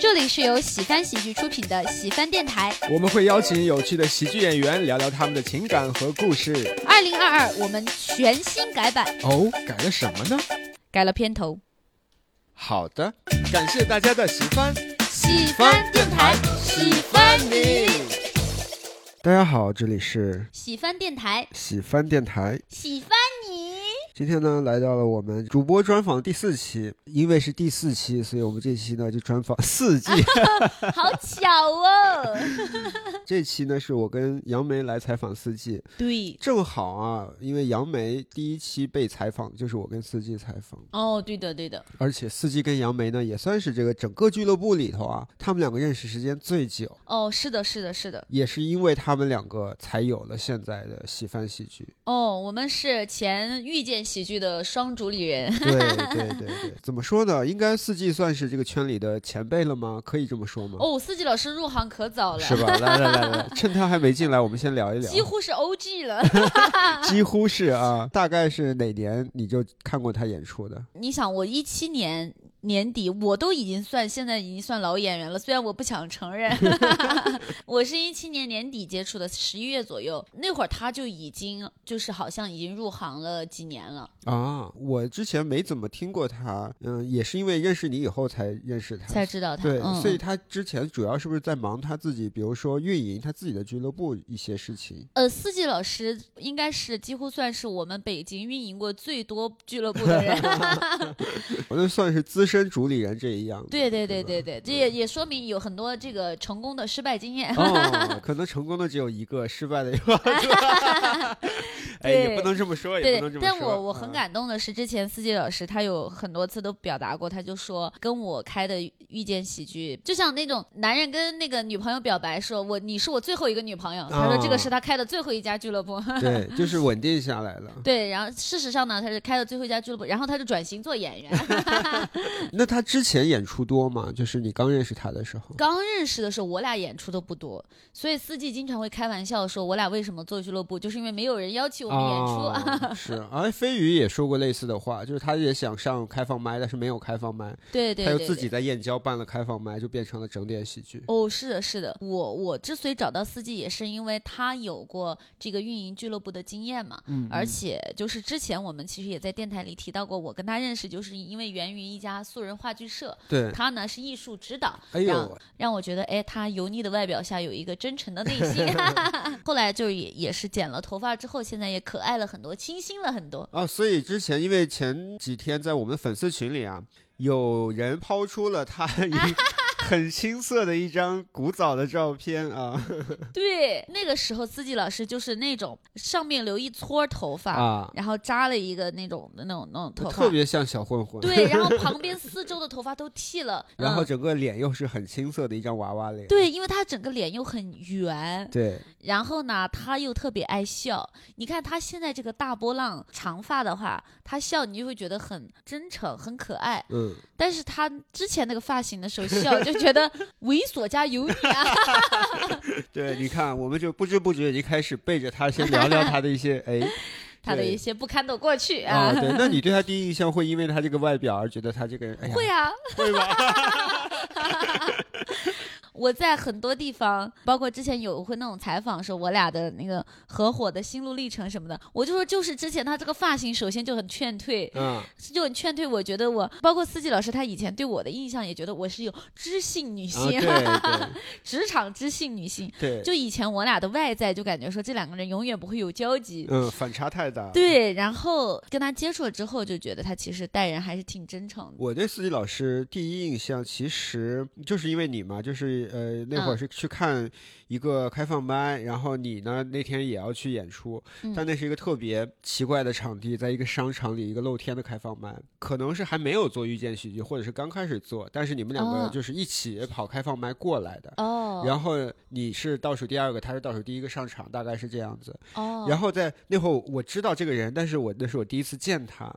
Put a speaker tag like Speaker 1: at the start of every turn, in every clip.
Speaker 1: 这里是由喜翻喜剧出品的喜翻电台。
Speaker 2: 我们会邀请有趣的喜剧演员聊聊他们的情感和故事。
Speaker 1: 二零二二，我们全新改版，
Speaker 2: 哦，改了什么呢？
Speaker 1: 改了片头。
Speaker 2: 好的，感谢大家的喜欢，
Speaker 1: 喜
Speaker 2: 大家好，这里是
Speaker 1: 喜翻电台，
Speaker 2: 喜翻电台。
Speaker 1: 喜翻你。
Speaker 2: 今天呢，来到了我们主播专访第四期，因为是第四期，所以我们这期呢就专访四季。
Speaker 1: 好巧哦！
Speaker 2: 这期呢是我跟杨梅来采访四季，
Speaker 3: 对，
Speaker 2: 正好啊，因为杨梅第一期被采访就是我跟四季采访，
Speaker 3: 哦，对的，对的，
Speaker 2: 而且四季跟杨梅呢也算是这个整个俱乐部里头啊，他们两个认识时间最久，
Speaker 3: 哦，是的，是的，是的，
Speaker 2: 也是因为他们两个才有了现在的喜番喜剧。
Speaker 3: 哦，我们是前遇见喜剧的双主理人，
Speaker 2: 对对对对，怎么说呢？应该四季算是这个圈里的前辈了吗？可以这么说吗？
Speaker 3: 哦，四季老师入行可早了
Speaker 2: 是，吧？来来来来，趁他还没进来，我们先聊一聊。
Speaker 3: 几乎是 OG 了。
Speaker 2: 几乎是啊，大概是哪年你就看过他演出的？
Speaker 3: 你想，我一七年年底，我都已经算现在已经算老演员了，虽然我不想承 认，我是一七年年底接触的，十一月左右，那会儿他就已经就是好像已经入行了几年了。
Speaker 2: 啊，我之前没怎么听过他，嗯，也是因为认识你以后才认识他。
Speaker 3: 才知道他，
Speaker 2: 对，
Speaker 3: 嗯、
Speaker 2: 所以他之前主要是不是在忙他自己，比如说运营他自己的俱乐部一些事 情？
Speaker 3: 呃，四季老师应该是几乎算是我们北京运营过最多俱乐部 的人。
Speaker 2: 我那算是资深主理人这一样的。
Speaker 3: 对对对
Speaker 2: 吧
Speaker 3: 对对，这也也说明有很多这个成功的失败经验。
Speaker 2: 哦，可能成功的只有一个，失败的有 哎，也
Speaker 3: 对
Speaker 2: 不能这么说，也
Speaker 3: 对
Speaker 2: 不能这，么说。
Speaker 3: 但我我很
Speaker 2: 啊
Speaker 3: 感动的是，之前四季老师他有很多次都表达过，他就说跟我开的遇见喜剧，就像那种男人跟那个女朋友表白说，我你是我最后一个女朋友，他说这
Speaker 2: 哦
Speaker 3: 个是他开的最后一家俱乐部。。
Speaker 2: 对，就是稳定下来了
Speaker 3: 对，然后事实上呢，他是开的最后一家俱乐部，然后他就转型做演员。
Speaker 2: 那他之前演出多吗？就是你刚认识他的时候。
Speaker 3: 刚认识的时候，我俩演出都不多，所以四季经常会开玩笑说，我俩为什么做俱乐部，就是因为没有人邀请我们演出。
Speaker 2: 啊，是啊，飞鱼也说过类似的话，就是他也想上开放麦，但是没有开放麦，
Speaker 3: 对对
Speaker 2: 他
Speaker 3: 对
Speaker 2: 又
Speaker 3: 对
Speaker 2: 自己在燕郊办了开放麦，就变成了整点喜剧。
Speaker 3: 哦，是的，是的，我我之所以找到四季，也是因为他有过这个运营俱乐部的经验嘛，
Speaker 2: 嗯
Speaker 3: 而且就是之前我们其实也在电台里提到过，我跟他认识就是因为源于一家素人话剧社，
Speaker 2: 对，
Speaker 3: 他呢是艺术指导，
Speaker 2: 哎
Speaker 3: 让
Speaker 2: 呦，
Speaker 3: 让我觉得，哎，他油腻的外表下有一个真诚的内 心。 后来就也也是剪了头发之后，现在也可爱了很多，清新了很 多。
Speaker 2: 啊，所以之前因为前几天在我们粉丝群里啊，有人抛出了他 一很青涩的一张古早的照 片啊
Speaker 3: 对，那个时候司机老师就是那种上面留一撮头发，
Speaker 2: 啊，
Speaker 3: 然后扎了一个那种那种那种头发，
Speaker 2: 特别像小混 混。
Speaker 3: 对，然后旁边四周的头发都剃了，
Speaker 2: 然后
Speaker 3: 嗯
Speaker 2: 整个脸又是很青涩的一张娃娃脸。
Speaker 3: 对，因为他整个脸又很圆，
Speaker 2: 对，
Speaker 3: 然后呢，他又特别爱笑。你看他现在这个大波浪长发的话，他笑你就会觉得很真诚、很可爱。
Speaker 2: 嗯，
Speaker 3: 但是他之前那个发型的时候笑，就觉 得猥琐加油腻啊。
Speaker 2: 对，你看，我们就不知不觉已经开始背着他先聊聊他的一 些哎
Speaker 3: 他的
Speaker 2: 对
Speaker 3: 一些不堪的过去
Speaker 2: 啊，
Speaker 3: 啊，
Speaker 2: 对，那你对他第一印象会因为他这个外表而觉得他这个人，哎呀，
Speaker 3: 会啊。
Speaker 2: 会吧？
Speaker 3: 我在很多地方，包括之前有会那种采访说我俩的那个合伙的心路历程什么的，我就说就是之前他这个发型首先就很劝退，
Speaker 2: 嗯，
Speaker 3: 就很劝退。我觉得我包括司机老师他以前对我的印象也觉得我是有知性女
Speaker 2: 啊，
Speaker 3: 性，
Speaker 2: 对
Speaker 3: 职场知性女性。
Speaker 2: 对对，
Speaker 3: 就以前我俩的外在就感觉说这两个人永远不会有交集，
Speaker 2: 嗯，反差太大。，
Speaker 3: 对，然后跟他接触了之后，就觉得他其实待人还是挺真诚的。
Speaker 2: 我对司机老师第一印象其实就是因为你嘛，就是呃那会儿
Speaker 3: 嗯
Speaker 2: 是去看一个开放麦，然后你呢那天也要去演出，
Speaker 3: 嗯
Speaker 2: 但那是一个特别奇怪的场地，在一个商场里一个露天的开放麦，可能是还没有做遇见喜剧，或者是刚开始做，但是你们两个
Speaker 3: 哦
Speaker 2: 就是一起跑开放麦过来的。
Speaker 3: 哦，
Speaker 2: 然后你是倒数第二个，他是倒数第一个上场，大概是这样子。
Speaker 3: 哦，
Speaker 2: 然后在那会儿我知道这个人，但是我那是我第一次见他。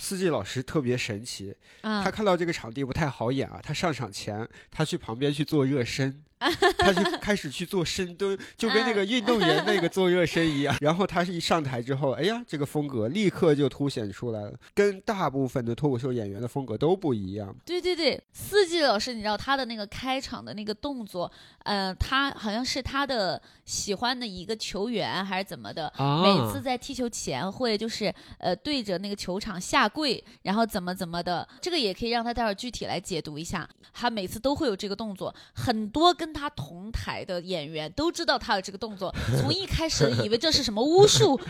Speaker 2: 司机老师特别神奇，
Speaker 3: 啊
Speaker 2: 他看到这个场地不太好演啊，他上场前他去旁边去做热身，他就开始去做深蹲，就跟那个运动员那个做热 身一样。然后他是一上台之后，哎呀，这个风格立刻就凸显出来了，跟大部分的脱口秀演员的风格都不一样。
Speaker 3: 对对对，四季老师，你知道他的那个开场的那个动作，呃，他好像是他的喜欢的一个球员还是怎么的，
Speaker 2: 啊
Speaker 3: 每次在踢球前会就是呃对着那个球场下跪，然后怎么怎么的，这个也可以让他待会儿具体来解读一下。他每次都会有这个动作，很多跟他同台的演员都知道他有这个动作，从一开始以为这是什么巫术，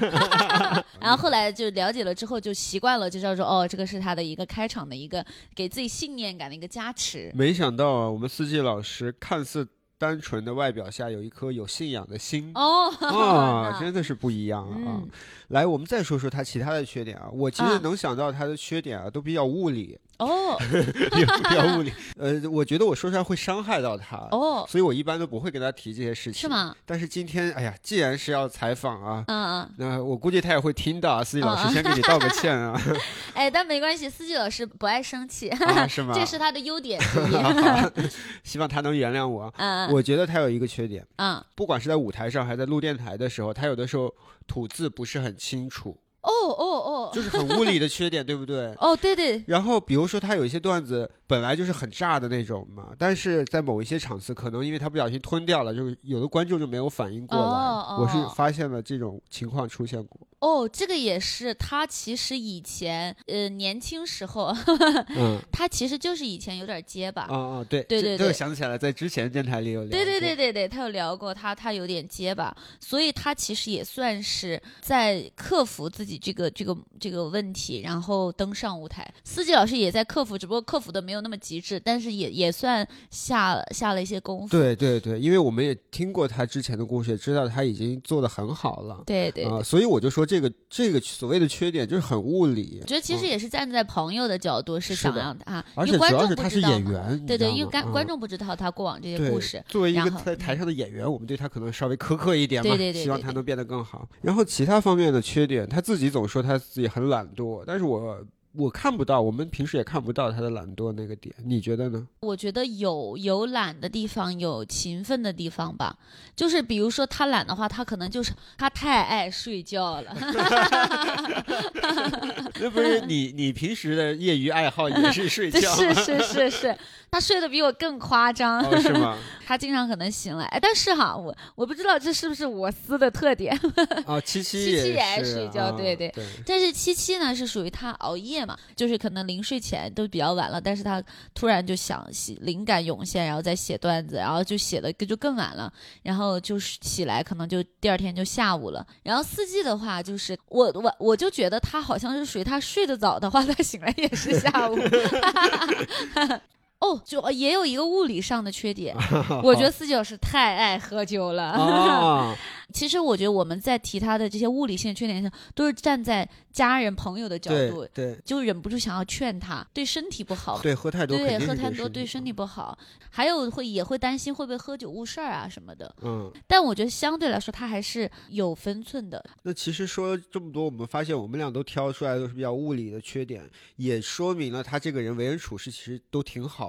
Speaker 3: 然后后来就了解了之后就习惯了，就叫做哦，这个是他的一个开场的一个给自己信念感的一个加持。
Speaker 2: 没想到啊，我们司机老师看似单纯的外表下有一颗有信仰的心。
Speaker 3: 哦，
Speaker 2: 啊，真的是不一样啊！
Speaker 3: 嗯
Speaker 2: 来，我们再说说他其他的缺点啊。我其实
Speaker 3: 啊
Speaker 2: 能想到他的缺点啊，都比较物理，
Speaker 3: 哦
Speaker 2: 比较比较 物理。呃，我觉得我说出来会伤害到他，
Speaker 3: 哦，
Speaker 2: 所以我一般都不会跟他提这些事情。
Speaker 3: 是？吗？
Speaker 2: 但是今天，哎呀，既然是要采访啊，
Speaker 3: 嗯嗯，
Speaker 2: 那我估计他也会听到啊。司机老
Speaker 3: 啊
Speaker 2: 师先给你道个 歉啊，
Speaker 3: 哎，但没关系，司机老师不爱生气，
Speaker 2: 啊是吗？
Speaker 3: 这 是他的优点之一。
Speaker 2: 希望他能原谅我啊。
Speaker 3: 嗯
Speaker 2: 我觉得他有一个缺点。
Speaker 3: 嗯，
Speaker 2: 不管是在舞台上还是在录电台的时候，他有的时候吐字不是很清楚，
Speaker 3: 哦哦哦
Speaker 2: 就是很无理的缺点，对不对？
Speaker 3: 哦，对对，
Speaker 2: 然后比如说他有一些段子本来就是很炸的那种嘛，但是在某一些场次，可能因为他不小心吞掉了，就是有的观众就没有反应过来。
Speaker 3: 哦
Speaker 2: 我是
Speaker 3: 哦
Speaker 2: 发现了这种情况出现过。
Speaker 3: 哦，这个也是他其实以前呃年轻时候，
Speaker 2: 嗯
Speaker 3: 他其实就是以前有点结巴。
Speaker 2: 啊啊，对
Speaker 3: 对
Speaker 2: 这
Speaker 3: 对
Speaker 2: 这个
Speaker 3: 对
Speaker 2: 想起来了，在之前电台里有聊。
Speaker 3: 对对对。对对，他有聊过他，他有点结巴，所以他其实也算是在克服自己这个这个这个问题，然后登上舞台。司机老师也在克服，只不过克服的没有那么极致，但是也也算下下了一些功夫。
Speaker 2: 对对对，因为我们也听过他之前的故事，也知道他已经做得很好了
Speaker 3: 对对对
Speaker 2: 啊、所以我就说这个这个所谓的缺点就是很物理。
Speaker 3: 我觉得其实也是站在朋友的角度，是
Speaker 2: 嗯是
Speaker 3: 想
Speaker 2: 的
Speaker 3: 让他，
Speaker 2: 而
Speaker 3: 因为
Speaker 2: 且
Speaker 3: 观
Speaker 2: 主要
Speaker 3: 众
Speaker 2: 是
Speaker 3: 不
Speaker 2: 他
Speaker 3: 知
Speaker 2: 是
Speaker 3: 道
Speaker 2: 演
Speaker 3: 嘛
Speaker 2: 员，
Speaker 3: 对对，因为
Speaker 2: 干
Speaker 3: 观观众不知道他过往这些
Speaker 2: 嗯对
Speaker 3: 故事，
Speaker 2: 作为一
Speaker 3: 然
Speaker 2: 个
Speaker 3: 后嗯
Speaker 2: 在台上的演员，我们对他可能稍微苛刻一点嘛，
Speaker 3: 对对对
Speaker 2: 希望
Speaker 3: 对
Speaker 2: 他
Speaker 3: 对
Speaker 2: 能变得更好。然后其他方面的缺点，他自己总说他自己很懒惰，但是我我看不到，我们平时也看不到他的懒惰那个点，你觉得 呢？
Speaker 3: 我觉得有有懒的地方，有勤奋的地方吧。就是比如说他懒的话，他可能就是他太爱睡觉了。
Speaker 2: 那不是你你平时的业余爱好也是 睡
Speaker 3: 对
Speaker 2: 觉，
Speaker 3: 是是是是，他睡得比我更夸张。
Speaker 2: 哦是吗？
Speaker 3: 他经常可能醒来，哎，但是哈，我我不知道这是不是我司的特点。
Speaker 2: 啊，七七
Speaker 3: 七七也爱
Speaker 2: 是
Speaker 3: 睡觉
Speaker 2: 啊
Speaker 3: 对
Speaker 2: 对
Speaker 3: 对但是七七呢是属于他熬夜嘛，就是可能临睡前都比较晚了，但是他突然就想写灵感涌现，然后再写段子，然后就写的就更晚了，然后就是起来可能就第二天就下午了。然后四季的话就是我我我就觉得他好像是属于他睡得早的话，他醒来也是下午。 哦，就也有一个物理上的缺点，我觉得四季老师太爱喝酒了。
Speaker 2: 啊，
Speaker 3: 其实我觉得我们在提他的这些物理性缺点上，都是站在家人朋友的 角
Speaker 2: 对
Speaker 3: 度，
Speaker 2: 对
Speaker 3: 就忍不住想要劝他，对身体不好。
Speaker 2: 对，喝太多肯
Speaker 3: 对，
Speaker 2: 定
Speaker 3: 喝
Speaker 2: 是
Speaker 3: 太多对身体
Speaker 2: 不
Speaker 3: 不好，还有会也会担心会不会喝酒误事儿啊什么的。
Speaker 2: 好嗯。
Speaker 3: 但我觉得相对来说，他还是有分寸的。
Speaker 2: 那其实说了这么多，我们发现我们俩都挑出来都是比较物理的缺点，也说明了他这个人为人处事其实都挺好的。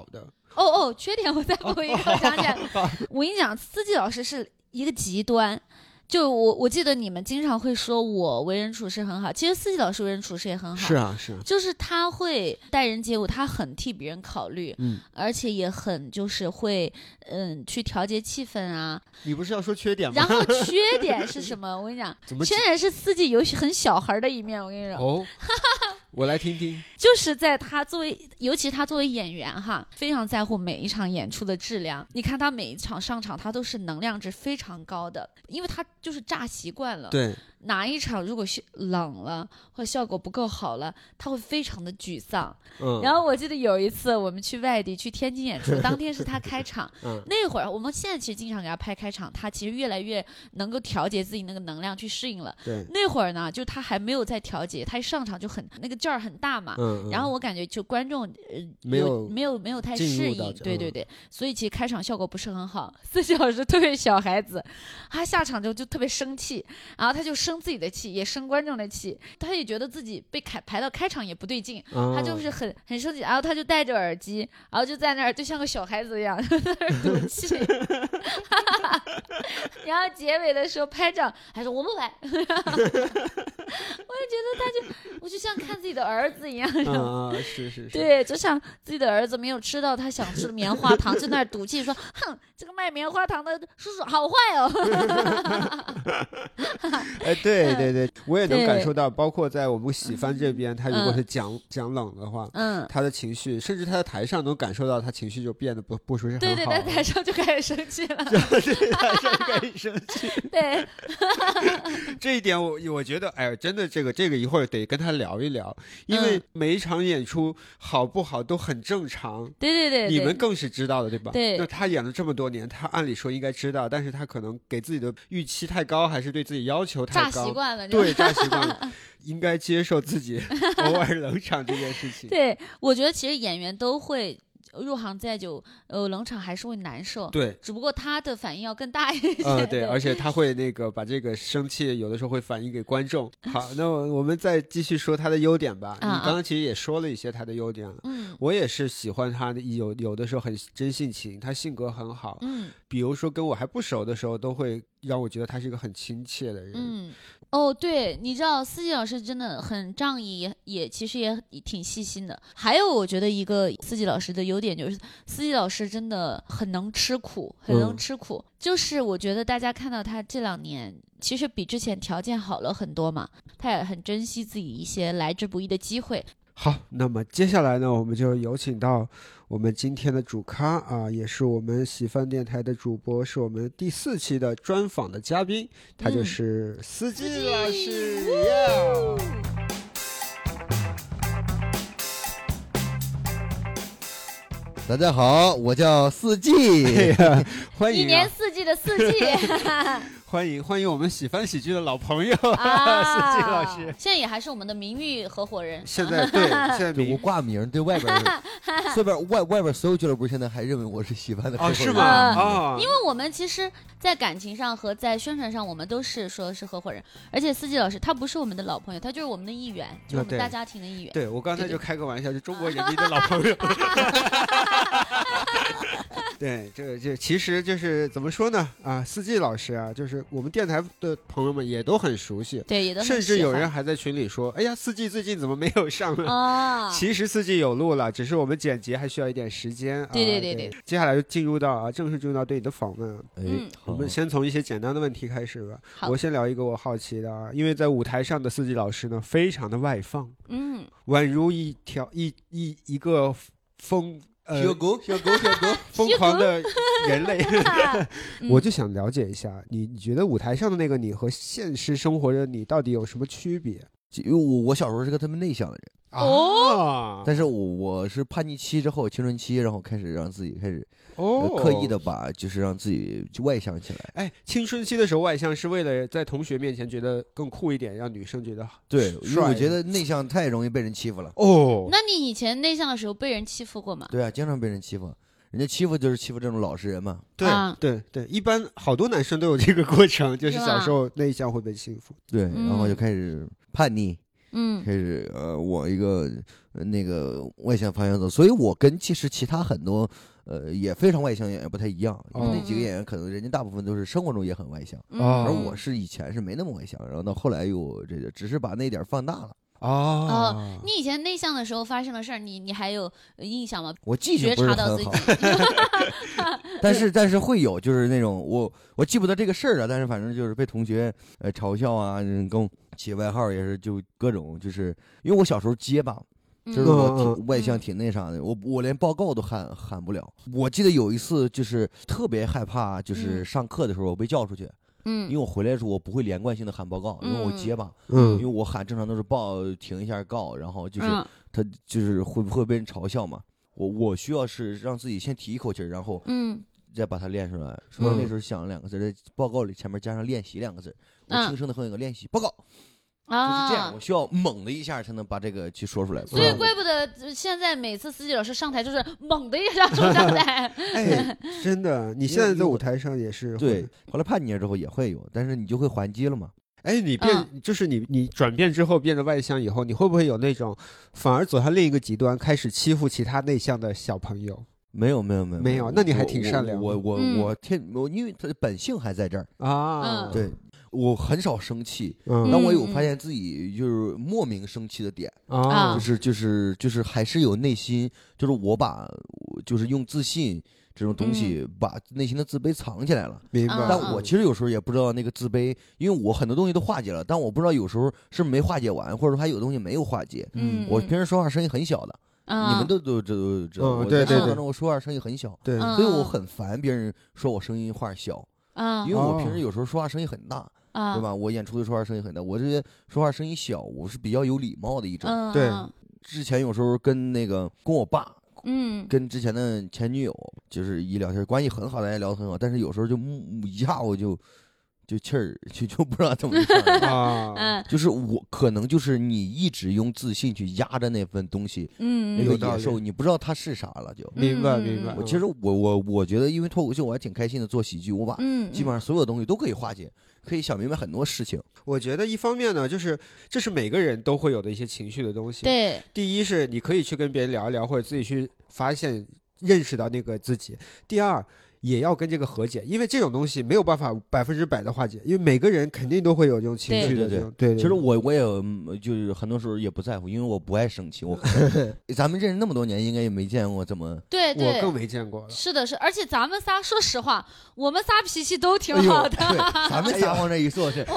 Speaker 3: 哦哦，缺点我再补一个，我想起 来了，我跟你讲，司机老师是一个极端。就我我记得你们经常会说我为人处事很好，其实司机老师为人处事也很好，
Speaker 2: 是啊，是啊，
Speaker 3: 就是他会待人接物，他很替别人考虑，
Speaker 2: 嗯，
Speaker 3: 而且也很就是会嗯去调节气氛啊。
Speaker 2: 你不是要说缺点吗
Speaker 3: 然？ 后缺点是什么？我跟你讲，
Speaker 2: 怎么
Speaker 3: 缺
Speaker 2: 解
Speaker 3: 点是四季有很小孩儿的一面。我跟你说，
Speaker 2: 哦？ 我来 听听。
Speaker 3: 就是在他作为，尤其他作为演员哈，非常在乎每一场演出的质量。你看他每一场上场，他都是能量值非常高的，因为他就是炸习惯了。
Speaker 2: 对，
Speaker 3: 哪一场如果是冷了或效果不够好了，他会非常的沮丧。
Speaker 2: 嗯，，
Speaker 3: 然后我记得有一次我们去外地去天津演出，当天是他开场
Speaker 2: 嗯
Speaker 3: 那会儿我们现在其实经常给他拍开场，他其实越来越能够调节自己那个能量去适应了。
Speaker 2: 对，
Speaker 3: 那会儿呢，就他还没有在调节，他一上场就很那个劲儿很大嘛。
Speaker 2: 嗯，嗯
Speaker 3: 然后我感觉就观众呃
Speaker 2: 没
Speaker 3: 有
Speaker 2: 有
Speaker 3: 没有没有太
Speaker 2: 进入
Speaker 3: 适
Speaker 2: 到
Speaker 3: 应，
Speaker 2: 这
Speaker 3: 对
Speaker 2: 嗯
Speaker 3: 对对，所以其实开场效果不是很好， 四小时特别小孩子，他下场就就特别生气，然后他就生自己的气，也生观众的气，他也觉得自己被开排到开场也不对劲，他就
Speaker 2: 啊
Speaker 3: 是很很生气，然后他就戴着耳机，然后就在那儿就像个小孩子一样 在那儿赌气， 然后结尾的时候拍掌，还说我不 拍，我就觉得他就我就像看自己的儿子一样，
Speaker 2: 嗯 啊，是是是，
Speaker 3: 对，就像自己的儿子没有吃到他想吃的棉花糖，就那儿赌气说：“哼，这个卖棉花糖的叔叔好坏哦。
Speaker 2: 哎，对对对，我也能感
Speaker 3: 嗯对
Speaker 2: 受到，包括在我们喜番这边，他如果
Speaker 3: 嗯
Speaker 2: 是讲讲冷的话”，
Speaker 3: 嗯，
Speaker 2: 他的情绪，甚至他在台上能感受到他情绪就变得不不是很好
Speaker 3: 对
Speaker 2: 啊
Speaker 3: 对，在
Speaker 2: 了。
Speaker 3: 台上就开始生气 了。
Speaker 2: 对，台上开始生气，
Speaker 3: 对，
Speaker 2: 这一点我我觉得，哎呀，真的这个这个一会儿得跟他聊一聊，因为
Speaker 3: 嗯
Speaker 2: 每一场演出好不好都很正常。
Speaker 3: 对对对，
Speaker 2: 你
Speaker 3: 对
Speaker 2: 们更是知道的，对吧？
Speaker 3: 对
Speaker 2: 那他演了这么多年，他按理说应该知道，但是他可能给自己的预期太高，还是对自己要求
Speaker 3: 炸
Speaker 2: 太高
Speaker 3: 习，惯了，就
Speaker 2: 对，他习 惯了，应该接受自己偶尔冷场这件事情。
Speaker 3: 对，我觉得其实演员都会入行再久，呃，冷场还是会难受，
Speaker 2: 对，
Speaker 3: 只不过他的反应要更大一 些。
Speaker 2: 呃，对，而且他会那个把这个生气有的时候会反映给观众。好，那我我们再继续说他的优点吧。你
Speaker 3: 啊啊
Speaker 2: 刚刚其实也说了一些他的优点了。
Speaker 3: 嗯
Speaker 2: 我也是喜欢他的，有有的时候很真性情，他性格很好。
Speaker 3: 嗯
Speaker 2: 比如说跟我还不熟的时候，都会让我觉得他是一个很亲切的人。
Speaker 3: 嗯，哦，对，你知道司机老师真的很仗义，也也其实也挺细心的。还有，我觉得一个司机老师的优点就是，司机老师真的很能吃苦，很能
Speaker 2: 嗯
Speaker 3: 吃苦。就是我觉得大家看到他这两年，其实比之前条件好了很多嘛，他也很珍惜自己一些来之不易的机会。
Speaker 2: 好，那么接下来呢，我们就有请到我们今天的主咖啊，也是我们喜饭电台的主播，是我们第四期的专访的嘉宾，他就
Speaker 3: 嗯
Speaker 2: 是司机老师。
Speaker 1: 司
Speaker 2: Yeah
Speaker 4: 大家好，我叫 四季。
Speaker 2: 欢
Speaker 3: 哎一
Speaker 2: 迎、
Speaker 3: 年
Speaker 2: 啊，
Speaker 3: 四季的四 季。
Speaker 2: 欢迎，欢迎我们喜翻喜剧的老 朋友，
Speaker 3: 啊，
Speaker 2: 季老师
Speaker 3: 现在也还是我们的名誉合伙人。
Speaker 2: 现在对，现 在
Speaker 4: 对我
Speaker 2: 名
Speaker 4: 挂名，对外边儿， 这边外外边所有俱乐部现在还认为我是喜欢的合伙
Speaker 2: 哦
Speaker 4: 人。
Speaker 2: 是吗？
Speaker 3: 啊
Speaker 4: 哎
Speaker 2: 哦，
Speaker 3: 因为我们其实，在感情上和在宣传上，我们都是说是合伙人，而且司机老师他不是我们的老朋友，他就是我们的一员，就是我们
Speaker 2: 对
Speaker 3: 大家庭的一员。
Speaker 2: 对我刚才就开个玩笑，就中 国人民的老朋友。对，这个这其实就是怎么说呢？啊，四季老师啊，就是我们电台的朋友们也都很熟悉，
Speaker 3: 对，也都很
Speaker 2: 甚至
Speaker 3: 喜
Speaker 2: 有
Speaker 3: 欢
Speaker 2: 人还在群里说：“哎呀，四季最近怎么没有上啊？”
Speaker 3: 啊，
Speaker 2: 其实四季有路了，只是我们剪辑还需要一点时间。啊、
Speaker 3: 对对
Speaker 2: 对
Speaker 3: 对对
Speaker 2: 接下来就进入到啊，正式进入到对你的访问啊。
Speaker 4: 哎
Speaker 3: 嗯
Speaker 4: 好
Speaker 2: 我们先从一些简单的问题开始吧。
Speaker 3: 好
Speaker 2: 我先聊一个我好奇的啊，因为在舞台上的四季老师呢，非常的外放，
Speaker 3: 嗯，
Speaker 2: 宛如一条一一一个疯呃
Speaker 4: 小狗，小狗，小狗。
Speaker 2: 疯狂的人类。
Speaker 3: 嗯
Speaker 2: 我就想了解一下，你你觉得舞台上的那个你和现实生活的你到底有什么区别？
Speaker 4: 因为我我小时候是个特别内向的人，
Speaker 2: 哦
Speaker 4: 但是我我是叛逆期之后，青春期，然后开始让自己开始呃
Speaker 2: 哦，
Speaker 4: 刻意的把就是让自己就外向起来。
Speaker 2: 哎，青春期的时候外向是为了在同学面前觉得更酷一点，让女生觉得
Speaker 4: 对，因为
Speaker 2: 帅
Speaker 4: 我觉得内向太容易被人欺负了。
Speaker 2: 哦，
Speaker 3: 那你以前内向的时候被人欺负过吗？
Speaker 4: 对啊，经常被人欺负，人家欺负就是欺负这种老实人嘛。
Speaker 2: 对、
Speaker 3: 啊
Speaker 2: 对对，一般好多男生都有这个过程，就是啊
Speaker 3: 是
Speaker 2: 小
Speaker 3: 吧
Speaker 2: 时候内向会被欺负。
Speaker 4: 对，然后就
Speaker 3: 嗯
Speaker 4: 开始叛逆，
Speaker 3: 嗯
Speaker 4: 开始呃，我一个呃那个外向方向走，所以我跟其实其他很多呃也非常外向演员不太一样，因为那几个
Speaker 3: 嗯
Speaker 4: 演员可能人家大部分都是生活中也很外向，
Speaker 3: 嗯，
Speaker 2: 啊
Speaker 4: 而我是以前是没那么外向，然后到后来又这个只是把那点儿放大了。
Speaker 2: 哦
Speaker 3: 你以前内向的时候发生的事儿，你你还有呃印象吗？
Speaker 4: 我记性
Speaker 3: 觉
Speaker 4: 不是
Speaker 3: 察到
Speaker 4: 很
Speaker 3: 自己
Speaker 4: 好， 但是 但是会有就是那种我我记不得这个事儿了，但是反正就是被同学呃嘲笑啊，嗯跟我起外号也是就各种就是因为我小时候结巴，就是
Speaker 3: 嗯
Speaker 4: 我
Speaker 2: 嗯
Speaker 4: 挺外向、挺那啥的，我我连报告都喊喊不了。我记得有一次就是特别害怕，就是
Speaker 3: 嗯
Speaker 4: 上课的时候我被叫出去，因为
Speaker 3: 嗯
Speaker 4: 我回来的时候我不会连贯性的喊报告，因为我
Speaker 3: 嗯
Speaker 4: 结巴，因为
Speaker 2: 嗯
Speaker 4: 我喊正常都是报停一下告，然后就是
Speaker 3: 嗯
Speaker 4: 他就是会不会被人嘲笑嘛。我我需要是让自己先提一口气儿，然后
Speaker 3: 嗯
Speaker 4: 再把它练出来。所以那
Speaker 2: 嗯
Speaker 4: 时候想了两个字儿，在报告里前面加上练习两个字儿，我
Speaker 3: 嗯
Speaker 4: 轻声的哼一个练习报告。就是这样，
Speaker 3: 啊
Speaker 4: 我。需要猛的一下才能把这个去说出来。嗯不
Speaker 3: 所以
Speaker 4: 然我
Speaker 3: 怪不得呃现在每次司机老师上台就是猛的一下冲上 台，
Speaker 2: 哎，真的，你现在在舞台上也是
Speaker 4: 对
Speaker 2: 会，，
Speaker 4: 后来叛逆了之后也会有，但是你就会还击了嘛。
Speaker 2: 哎，你变、
Speaker 3: 嗯
Speaker 2: 就是你你转变之后变得外向以后，你会不会有那种反而走向另一个极端，开始欺负其他内向的小朋友
Speaker 4: 没有没有没有
Speaker 2: 没有那你还
Speaker 4: 我
Speaker 2: 挺
Speaker 4: 我
Speaker 2: 善良的
Speaker 4: 我我
Speaker 3: 嗯
Speaker 4: 我天，我因为他的本性还在这儿，
Speaker 2: 啊？
Speaker 3: 嗯
Speaker 4: 对我很少生气。
Speaker 2: 嗯，
Speaker 4: 但我有
Speaker 3: 嗯
Speaker 4: 发现自己就是莫名生气的点，
Speaker 2: 嗯
Speaker 3: 啊
Speaker 4: 就是就是就是还是有内心，就是我把我就是用自信这种东西把内心的自卑藏起来了。
Speaker 2: 明白。
Speaker 4: 但
Speaker 3: 嗯
Speaker 4: 我其实有时候也不知道那个自卑，因为我很多东西都化解了，但我不知道有时候是没化解完，或者说还有东西没有化解。
Speaker 3: 嗯
Speaker 4: 我平时说话声音很小的，
Speaker 3: 嗯
Speaker 4: 你们都都都知道。
Speaker 2: 嗯
Speaker 4: 我
Speaker 2: 对对
Speaker 4: 在生活
Speaker 2: 对
Speaker 4: 当中我说话声音很小，
Speaker 2: 对，
Speaker 3: 嗯
Speaker 4: 所以我很烦别人说我声音话小，
Speaker 3: 啊
Speaker 4: 因为我平
Speaker 2: 哦
Speaker 4: 时有时候说话声音很大，
Speaker 3: 啊
Speaker 4: 对吧？我演出的时候说话声音很大，我这些说话声音小，我是比较有礼貌的一种。
Speaker 3: 嗯
Speaker 2: 对
Speaker 4: 之前有时候跟那个跟我爸。
Speaker 3: 嗯
Speaker 4: 跟之前的前女友就是一聊天，关系很好，大家聊得很好，但是有时候就嗯一下我就就气儿就就不知道怎么回事儿，
Speaker 2: 啊，
Speaker 3: 嗯
Speaker 4: 就是我可能就是你一直用自信去压着那份东西，那
Speaker 3: 嗯
Speaker 4: 个
Speaker 2: 有道
Speaker 4: 野
Speaker 2: 理
Speaker 4: 兽你不知道它是啥了就。
Speaker 2: 明白明白。
Speaker 4: 我其实我我我觉得，因为脱口秀我还挺开心的，做喜剧我把
Speaker 3: 嗯，
Speaker 4: 基本上所有东西都可以化解，可以想明白很多事情。
Speaker 2: 我觉得一方面呢，就是这是每个人都会有的一些情绪的东西。，
Speaker 3: 对
Speaker 2: 第一是你可以去跟别人聊一聊，或者自己去发现、认识到那个自己。第二。也要跟这个和解，因为这种东西没有办法百分之百的化解，因为每个人肯定都会有这种情
Speaker 3: 对
Speaker 2: 绪的
Speaker 4: 对
Speaker 2: 这种。对对
Speaker 4: 其实我我也嗯就是很多时候也不在乎，因为我不爱生气。我咱们认识那么多年，应该也没见过这么
Speaker 3: 对对，
Speaker 2: 我更没见过了。
Speaker 3: 是的，是，而且咱们仨，说实话，我们仨脾气都挺
Speaker 4: 哎呦
Speaker 3: 好的。
Speaker 4: 对，咱们仨往这一坐是，
Speaker 3: 我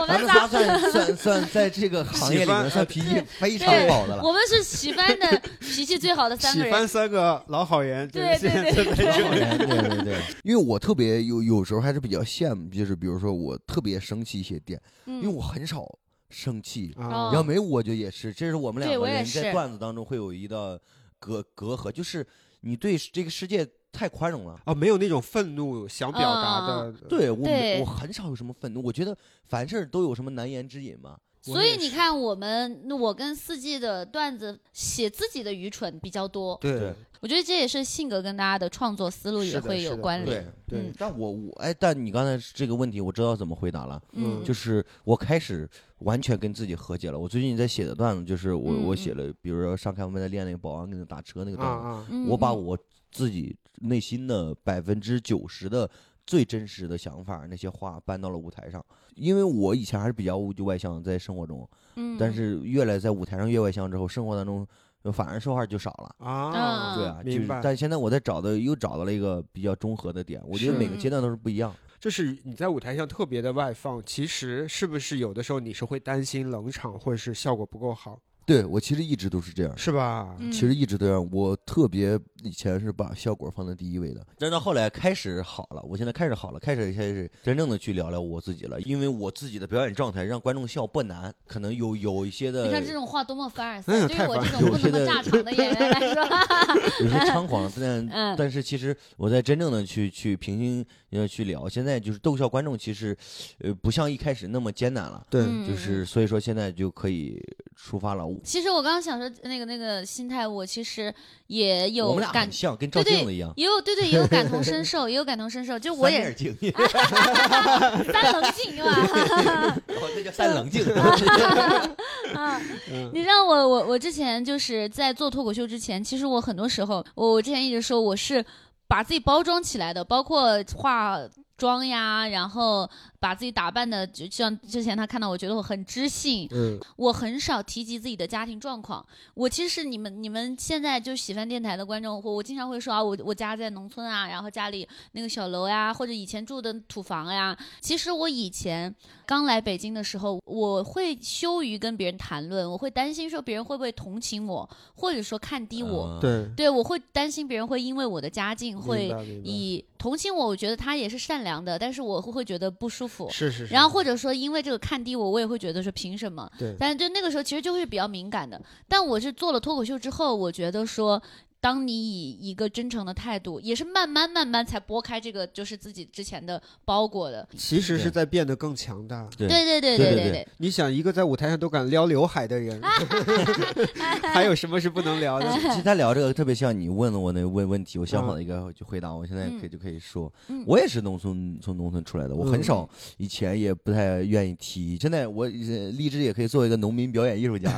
Speaker 3: 我
Speaker 4: 咱
Speaker 3: 们
Speaker 4: 们
Speaker 3: 仨
Speaker 4: 仨，算算算在 这个行业里面算脾气非常好的了。
Speaker 3: 我们是喜番的脾气最好的三
Speaker 2: 喜
Speaker 3: 个人。
Speaker 2: 欢三个老好人，
Speaker 3: 对
Speaker 2: 就
Speaker 3: 对
Speaker 2: 是现在在这里
Speaker 4: 对对对，因为我特别有有时候还是比较羡慕，就是比如说我特别生气一些点，因为
Speaker 3: 嗯
Speaker 4: 我很少生气，
Speaker 2: 啊
Speaker 3: 哦
Speaker 4: 杨梅我就也是，这是我们
Speaker 3: 对
Speaker 4: 两
Speaker 3: 我
Speaker 4: 个
Speaker 3: 也
Speaker 4: 人
Speaker 3: 是
Speaker 4: 在段子当中会有一道隔隔阂，就是你对这个世界太宽容了。
Speaker 2: 哦，没有那种愤怒想表达的，
Speaker 3: 哦
Speaker 4: 对我没
Speaker 3: 对
Speaker 4: 我很少有什么愤怒，我觉得凡事都有什么难言之隐嘛。
Speaker 2: 我
Speaker 3: 所
Speaker 2: 也
Speaker 3: 以你
Speaker 2: 是
Speaker 3: 看，我们我跟四季的段子写自己的愚蠢比较多，
Speaker 2: 对
Speaker 4: 对
Speaker 3: 我觉得这也是性格跟大家的创作思路
Speaker 2: 是
Speaker 3: 也
Speaker 2: 的
Speaker 3: 会
Speaker 2: 是
Speaker 3: 有
Speaker 2: 的
Speaker 3: 关联。
Speaker 4: 对，
Speaker 2: 对
Speaker 3: 嗯，
Speaker 4: 但我我哎，但你刚才这个问题我知道怎么回答了，
Speaker 2: 嗯
Speaker 3: 嗯，
Speaker 4: 就是 我开始完全跟自己和解了。我最近在写的段子，就是我、
Speaker 3: 嗯
Speaker 4: 我
Speaker 3: 嗯
Speaker 4: 写了，比如说上开封在练那个保安跟他打车那个
Speaker 2: 啊
Speaker 4: 段子，
Speaker 2: 啊，
Speaker 3: 嗯
Speaker 4: 我把
Speaker 3: 嗯
Speaker 4: 我自己内心的百分之九十的最真实的想法那些话搬到了舞台上，因为我以前还是比较就外向，在生活中，
Speaker 3: 嗯，
Speaker 4: 但是越来在舞台上越外向之后，生活当中反而说话就少了。
Speaker 2: 啊，
Speaker 3: 嗯
Speaker 4: 对啊，就
Speaker 2: 明
Speaker 4: 是
Speaker 2: 白
Speaker 4: 但现在我在找的又找到了一个比较中和的点，我觉得
Speaker 2: 是
Speaker 4: 每个阶段都是不一样。
Speaker 2: 就是你在舞台上特别的外放，其实是不是有的时候你是会担心冷场或者是效果不够好，
Speaker 4: 对我其实一直都是这样，
Speaker 2: 是吧？
Speaker 3: 嗯
Speaker 4: 其实一直都这样。我特别以前是把效果放在第一位的，但到后来开始好了，我现在开始好了，开始开始真正的去聊聊我自己了，因为我自己的表演状态让观众笑不难，可能有有一些的
Speaker 3: 你看这种话多么凡 尔赛，
Speaker 2: 哎呀
Speaker 3: 对于
Speaker 2: 太
Speaker 3: 我
Speaker 2: 凡
Speaker 3: 这
Speaker 4: 尔
Speaker 3: 种不
Speaker 4: 有些
Speaker 3: 怎么
Speaker 4: 的
Speaker 3: 炸场的演员来 说，
Speaker 4: 有些猖 狂，但、
Speaker 3: 嗯
Speaker 4: 但是其实我在真正的去去平心呃去聊，现在就是逗笑观众，其实呃不像一开始那么艰难了。
Speaker 2: 对
Speaker 3: 嗯
Speaker 4: 就是所以说现在就可以出发了。我
Speaker 3: 其实我刚刚想说那个那个心态，我其实也
Speaker 4: 我
Speaker 3: 有
Speaker 4: 们俩
Speaker 3: 感
Speaker 4: 很，像，跟照
Speaker 3: 对对
Speaker 4: 镜子一样。
Speaker 3: 也有对对，也有感同身 受，也有感同身受。就我也啊
Speaker 4: 三面镜，
Speaker 3: 三棱镜嘛。
Speaker 4: 哦，那叫 三棱镜。
Speaker 3: 啊，
Speaker 2: 嗯
Speaker 3: 你让我我我之前就是在做脱口秀之前，其实我很多时候，我我之前一直说我是把自己包装起来的，包括化妆呀，然后把自己打扮的，就像之前他看到我觉得我很知性，
Speaker 2: 嗯，
Speaker 3: 我很少提及自己的家庭状况。我其实是你们你们现在就喜欢电台的观众，我我经常会说啊，我我家在农村啊，然后家里那个小楼呀，或者以前住的土房呀。其实我以前刚来北京的时候，我会羞于跟别人谈论，我会担心说别人会不会同情我，或者说看低我。
Speaker 4: 嗯，
Speaker 2: 对，
Speaker 3: 对，我会担心别人会因为我的家境
Speaker 2: 啊明
Speaker 3: 会
Speaker 2: 白明
Speaker 3: 以同情我，我觉得他也是善良的，但是我会会觉得不舒服
Speaker 2: 白，。是是是，
Speaker 3: 然后或者说因为这个看低我，我也会觉得说凭什么？
Speaker 2: 对
Speaker 3: 但是就那个时候其实就是比较敏感的。但我是做了脱口秀之后，我觉得说。当你以一个真诚的态度，也是慢慢慢慢才拨开这个就是自己之前的包裹的。
Speaker 2: 其实是在变得更强大。
Speaker 4: 对
Speaker 3: 对对对
Speaker 4: 对
Speaker 3: 对
Speaker 4: 对
Speaker 3: 对，
Speaker 2: 你想，一个在舞台上都敢撩刘海 的人，还有什么是不能聊的？
Speaker 4: 其实他聊这个特别像你问了我那个问问题，我想好了一个就回答，我现在可以就可以说
Speaker 3: 嗯，
Speaker 4: 我也是农村从农村出来的，我很少以前也不太愿意提，现在我呃立志也可以做一个农民表演艺 术家，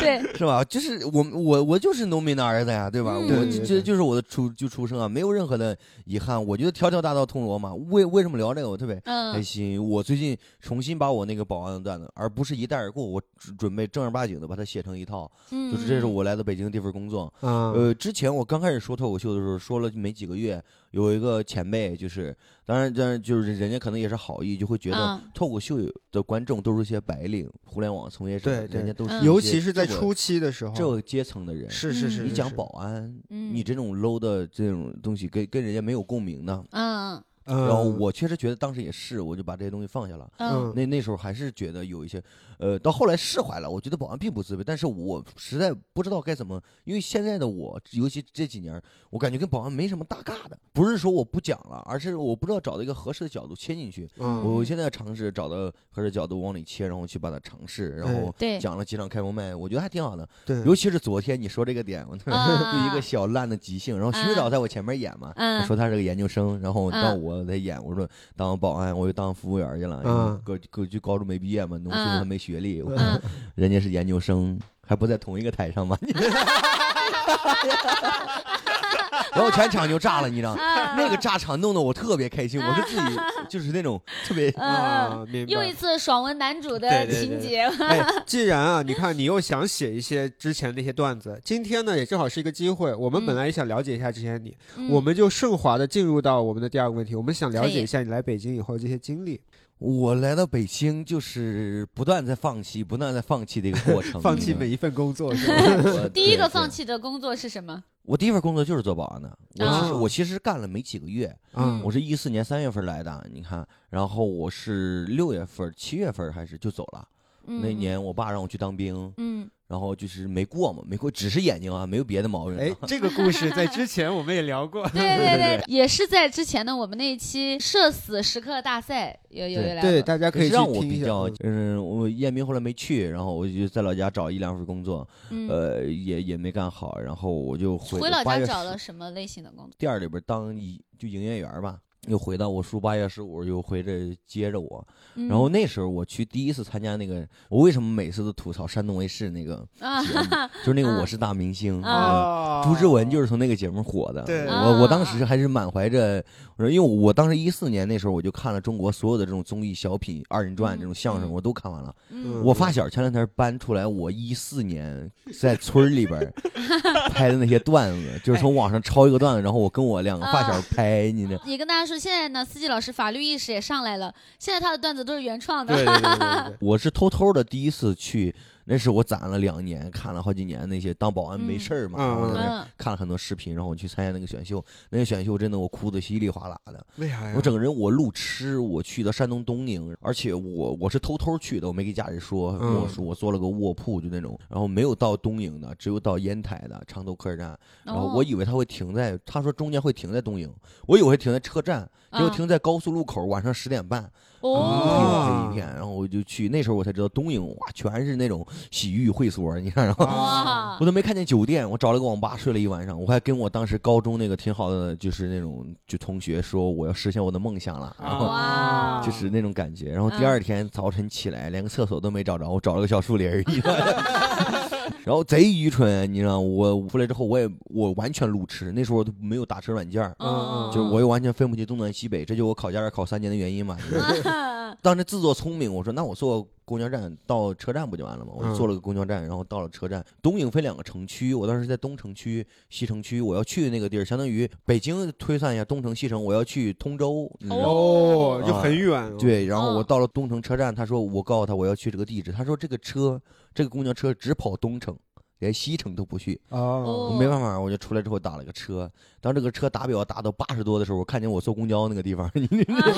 Speaker 3: 对，
Speaker 4: 是吧？就是我我我就是农民的儿子呀，对吧？
Speaker 3: 嗯
Speaker 4: 我
Speaker 3: 对
Speaker 4: 这
Speaker 2: 对
Speaker 4: 这
Speaker 2: 对
Speaker 4: 就是我的出就出生啊，没有任何的遗憾。我觉得条条大道通罗马，为为什么聊这个？我特别开
Speaker 3: 嗯
Speaker 4: 心。我最近重新把我那个保安的段子，而不是一带而过，我准准备正儿八经的把它写成一套。
Speaker 3: 嗯，
Speaker 4: 就是这是我来到北京的第一份工作。
Speaker 2: 啊，
Speaker 4: 呃，之前我刚开始说脱口秀的时候，说了没几个月，有一个前辈，就是当然当然就是人家可能也是好意，就会觉得
Speaker 3: 嗯
Speaker 4: 脱口秀的观众都是一些白领、互联网从业者，
Speaker 2: 对对
Speaker 4: 人家都是
Speaker 3: 嗯
Speaker 4: 一些
Speaker 2: 尤其是在
Speaker 4: 这个
Speaker 2: 初期的时候，
Speaker 4: 这个阶层的人。
Speaker 2: 是是是，
Speaker 4: 你
Speaker 2: 是
Speaker 4: 讲
Speaker 2: 是
Speaker 4: 保安，
Speaker 3: 嗯
Speaker 4: 你这种 low 的这种东西跟跟人家没有共鸣呢。
Speaker 3: 嗯
Speaker 2: 嗯，
Speaker 4: 然后我确实觉得当时也是，我就把这些东西放下了。
Speaker 3: 嗯
Speaker 4: 那那时候还是觉得有一些，呃，到后来释怀了。我觉得保安并不自卑，但是我实在不知道该怎么，因为现在的我，尤其这几年，我感觉跟保安没什么大尬的。不是说我不讲了，而是我不知道找到一个合适的角度切进去。
Speaker 2: 嗯
Speaker 4: 我现在尝试找到合适的角度往里切，然后去把它尝试，然后
Speaker 3: 对
Speaker 4: 讲了几场开放麦，我觉得还挺好的。
Speaker 2: 对，
Speaker 3: 嗯
Speaker 4: 尤其是昨天你说这个点，我就 一个
Speaker 3: 啊
Speaker 4: 小烂的即兴。然后徐指导在我前面演嘛，
Speaker 3: 嗯
Speaker 4: 他说他是个研究生，然后
Speaker 3: 嗯
Speaker 4: 让我在演，我说当保安，我就当服务员去了，因为
Speaker 2: 嗯
Speaker 4: 各各就高中没毕业嘛，农村
Speaker 3: 嗯
Speaker 4: 还没学历，我
Speaker 3: 嗯
Speaker 4: 人家是研究生，还不在同一个台上吗？ 然后全场就炸了，你知道。
Speaker 3: 啊
Speaker 4: 那个炸场弄得我特别开心，我是 自己就是那种特别
Speaker 3: 嗯，
Speaker 2: 啊，明
Speaker 3: 又
Speaker 2: 白
Speaker 3: 一。次爽文男主的
Speaker 2: 对对
Speaker 3: 情
Speaker 2: 对
Speaker 3: 节，
Speaker 2: 哎，既然啊，你看你又想写一些之前那些段子，今天呢也正好是一个机会。我们本来也想了解一下之前你，
Speaker 3: 嗯
Speaker 2: 我们就顺滑的进入到我们的第二个问题，我们想了
Speaker 3: 可以
Speaker 2: 解一下你来北京以后这些经历。
Speaker 4: 我来到北京就是不断在放弃，不断在放弃的一个过程，
Speaker 2: 放弃
Speaker 4: 你知道
Speaker 2: 每一份 工作是吧？啊
Speaker 4: 我
Speaker 3: 第一个
Speaker 4: 呃对
Speaker 3: 放
Speaker 4: 对
Speaker 3: 弃的工作是什么？
Speaker 4: 我第一份工作就是做保安的，我其实、
Speaker 2: 啊
Speaker 3: 哦
Speaker 4: 我其实干了没几个月，
Speaker 2: 啊
Speaker 4: 我是一四年三月份来的，你看，然后我是六月份、七月份还是就走了。那
Speaker 3: 嗯
Speaker 4: 年我爸让我去当兵，
Speaker 3: 嗯，。
Speaker 4: 然后就是没过嘛，没过，只是眼睛啊，没有别的毛病。
Speaker 2: 哎，这个故事在之前我们也聊过
Speaker 3: 对对对，也是在之前的我们那一期社死时刻大赛有有有
Speaker 4: 对
Speaker 3: 来
Speaker 2: 对，
Speaker 3: 过
Speaker 2: 大家可以去
Speaker 4: 让我
Speaker 2: 听一
Speaker 4: 比
Speaker 2: 下
Speaker 4: 较，嗯，我验兵后来没去，然后我就在老家找一两份工作，
Speaker 3: 嗯
Speaker 4: 呃，也也没干好，然后我就回
Speaker 3: 回老
Speaker 4: 八
Speaker 3: 家
Speaker 4: 月
Speaker 3: 找
Speaker 4: 十
Speaker 3: 了什么类型的工作？
Speaker 4: 店儿里边当一就营业员吧，又回到我叔八月十五又回这接着我，
Speaker 3: 嗯
Speaker 4: 然后那时候我去第一次参加那个，我为什么每次都吐槽山东卫视那个
Speaker 3: 啊
Speaker 4: 节目，就是那个
Speaker 3: 啊
Speaker 4: 我是大明星。
Speaker 3: 啊
Speaker 4: 嗯
Speaker 2: 哦
Speaker 4: 朱之文就是从那个节目火的，
Speaker 2: 对
Speaker 4: 我我
Speaker 3: 啊
Speaker 4: 当时还是满怀着，我说因为我当时一四年那时候我就看了中国所有的这种综艺、小品、二人转
Speaker 3: 嗯
Speaker 4: 这种相声，
Speaker 3: 嗯
Speaker 4: 我都看完了。
Speaker 3: 嗯
Speaker 4: 我发小前两天搬出来我一四年在村儿里 边儿拍的那些段子，就是从网上抄一个段子，然后我跟我两个发
Speaker 3: 啊
Speaker 4: 小拍，你知道，
Speaker 3: 也跟大家说，现在呢，司机老师法律意识也上来了，现在他的段子都是原创的。
Speaker 2: 对对对对对，
Speaker 4: 我是偷偷的第一次去，那是我攒了两年，看了好几年那些当保安没事儿嘛，
Speaker 2: 嗯
Speaker 4: 然后在那儿
Speaker 3: 嗯
Speaker 4: 看了很多视频，然后我去参加那个选秀，那个选秀真的我哭的稀里哗啦的，
Speaker 2: 为哎啥呀？
Speaker 4: 我整个人我路痴，我去的山东东宁，而且我我是偷偷去的，我没给家里说，
Speaker 2: 嗯
Speaker 4: 我说我做了个卧铺就那种，然后没有到东营的，只有到烟台的长头客栈，然
Speaker 3: 哦
Speaker 4: 后我以为他会停在，他说中间会停在东营，我以为停在车站，结果
Speaker 3: 啊
Speaker 4: 停在高速路口，晚上十点半。
Speaker 3: 哦，
Speaker 4: 黑黑一片，然后我就去，那时候我才知道东营哇，全是那种洗浴会所，你看，然后
Speaker 3: 哇
Speaker 4: 我，都没看见酒店，我找了个网吧睡了一晚上，我还跟我当时高中那个挺好的，就是那种就同学说我要实现我的梦想了，然后
Speaker 2: 哦
Speaker 3: 哇哦
Speaker 4: 就是那种感觉，然后第二天早晨起来连个厕所都没找着，我找了个小树林儿，你知道吗然后贼愚蠢，你知道吗我出来之后我也我完全路痴，那时候我都没有打车软件儿，
Speaker 3: 嗯，
Speaker 4: 就是 我又完全分不清东南西北，这就是我考驾照考三年的原因嘛。
Speaker 3: 啊
Speaker 4: 当时自作聪明，我说那我坐公交站到车站不就完了吗？我就坐了个公交站，然后到了车站。东营分两个城区，我当时在东城区、西城区，我要去那个地儿，相当于北京推算一下，东城、西城，我要去通州。你知道吗
Speaker 2: 哦，就很远哦。
Speaker 4: 对，然后我
Speaker 3: 嗯
Speaker 4: 到了东城车站，他说我告诉他我要去这个地址，他说这个车这个公交车只跑东城，连西城都不去，
Speaker 2: 哦，
Speaker 4: 我没办法，我就出来之后打了个车。当这个车打表打到八十多的时候，我看见我坐公交那个地方， 你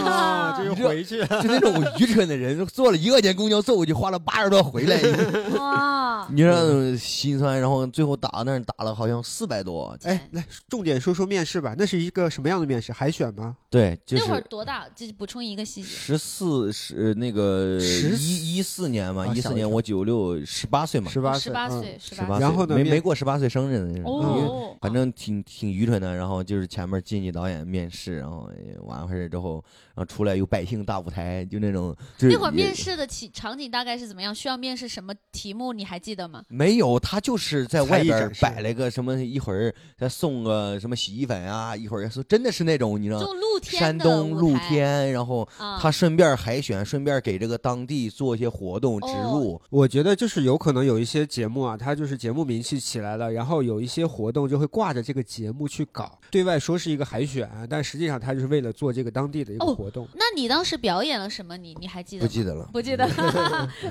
Speaker 2: 啊，这又回去了，
Speaker 4: 就那种愚蠢的人， 坐了一块钱公交，坐回去花了八十多回来，
Speaker 3: 哇，
Speaker 4: 你让心酸。然后最后打那儿打了好像四百多，
Speaker 2: 哎，来重点说说面试吧，那是一个什么样的面试？海选吗？
Speaker 4: 对，就
Speaker 3: 那会儿
Speaker 4: 是
Speaker 3: 多大？就是补充一个细节，
Speaker 4: 十四十呃那个
Speaker 2: 14
Speaker 4: 一一四年嘛，
Speaker 2: 啊
Speaker 4: 一
Speaker 2: 吓
Speaker 4: 四
Speaker 2: 我一
Speaker 4: 年
Speaker 2: 跳
Speaker 4: 我九六十八岁嘛，
Speaker 2: 十八岁，
Speaker 3: 十八
Speaker 2: 嗯，
Speaker 3: 岁，十
Speaker 4: 十八
Speaker 3: 八
Speaker 4: 岁，
Speaker 2: 然后呢
Speaker 4: 没
Speaker 2: 面
Speaker 4: 没过十八岁生日呢，
Speaker 3: 哦，
Speaker 4: 反正挺挺愚蠢的。然后就是前面进去导演面试，然后哎完回事之后，然后出来有百姓大舞台，就那种就是
Speaker 3: 那会儿
Speaker 4: 也
Speaker 3: 面试的起场景大概是怎么样？需要面试什么题目？你还记得吗？
Speaker 4: 没有，他就是
Speaker 2: 才
Speaker 4: 在外
Speaker 2: 艺
Speaker 4: 边
Speaker 2: 展
Speaker 4: 儿
Speaker 2: 示
Speaker 4: 摆了个什么，一会儿再送个什么洗衣粉啊，一会儿说真的是那种你知道
Speaker 3: 就露天
Speaker 4: 呃山
Speaker 3: 的
Speaker 4: 东
Speaker 3: 舞
Speaker 4: 露
Speaker 3: 台
Speaker 4: 天，然后
Speaker 3: 啊，
Speaker 4: 他顺便海选，顺便给这个当地做一些活动植
Speaker 3: 哦
Speaker 4: 入。
Speaker 2: 我觉得就是有可能有一些节目啊，它就是节目名气起来了，然后有一些活动就会挂着这个节目去搞，对外说是一个海选，但实际上它就是为了做这个当地的一个
Speaker 3: 哦
Speaker 2: 活动。
Speaker 3: 那你当时表演了什么？你你还哦记得
Speaker 4: 不
Speaker 3: 吗？
Speaker 4: 记得了，
Speaker 3: 不 记得，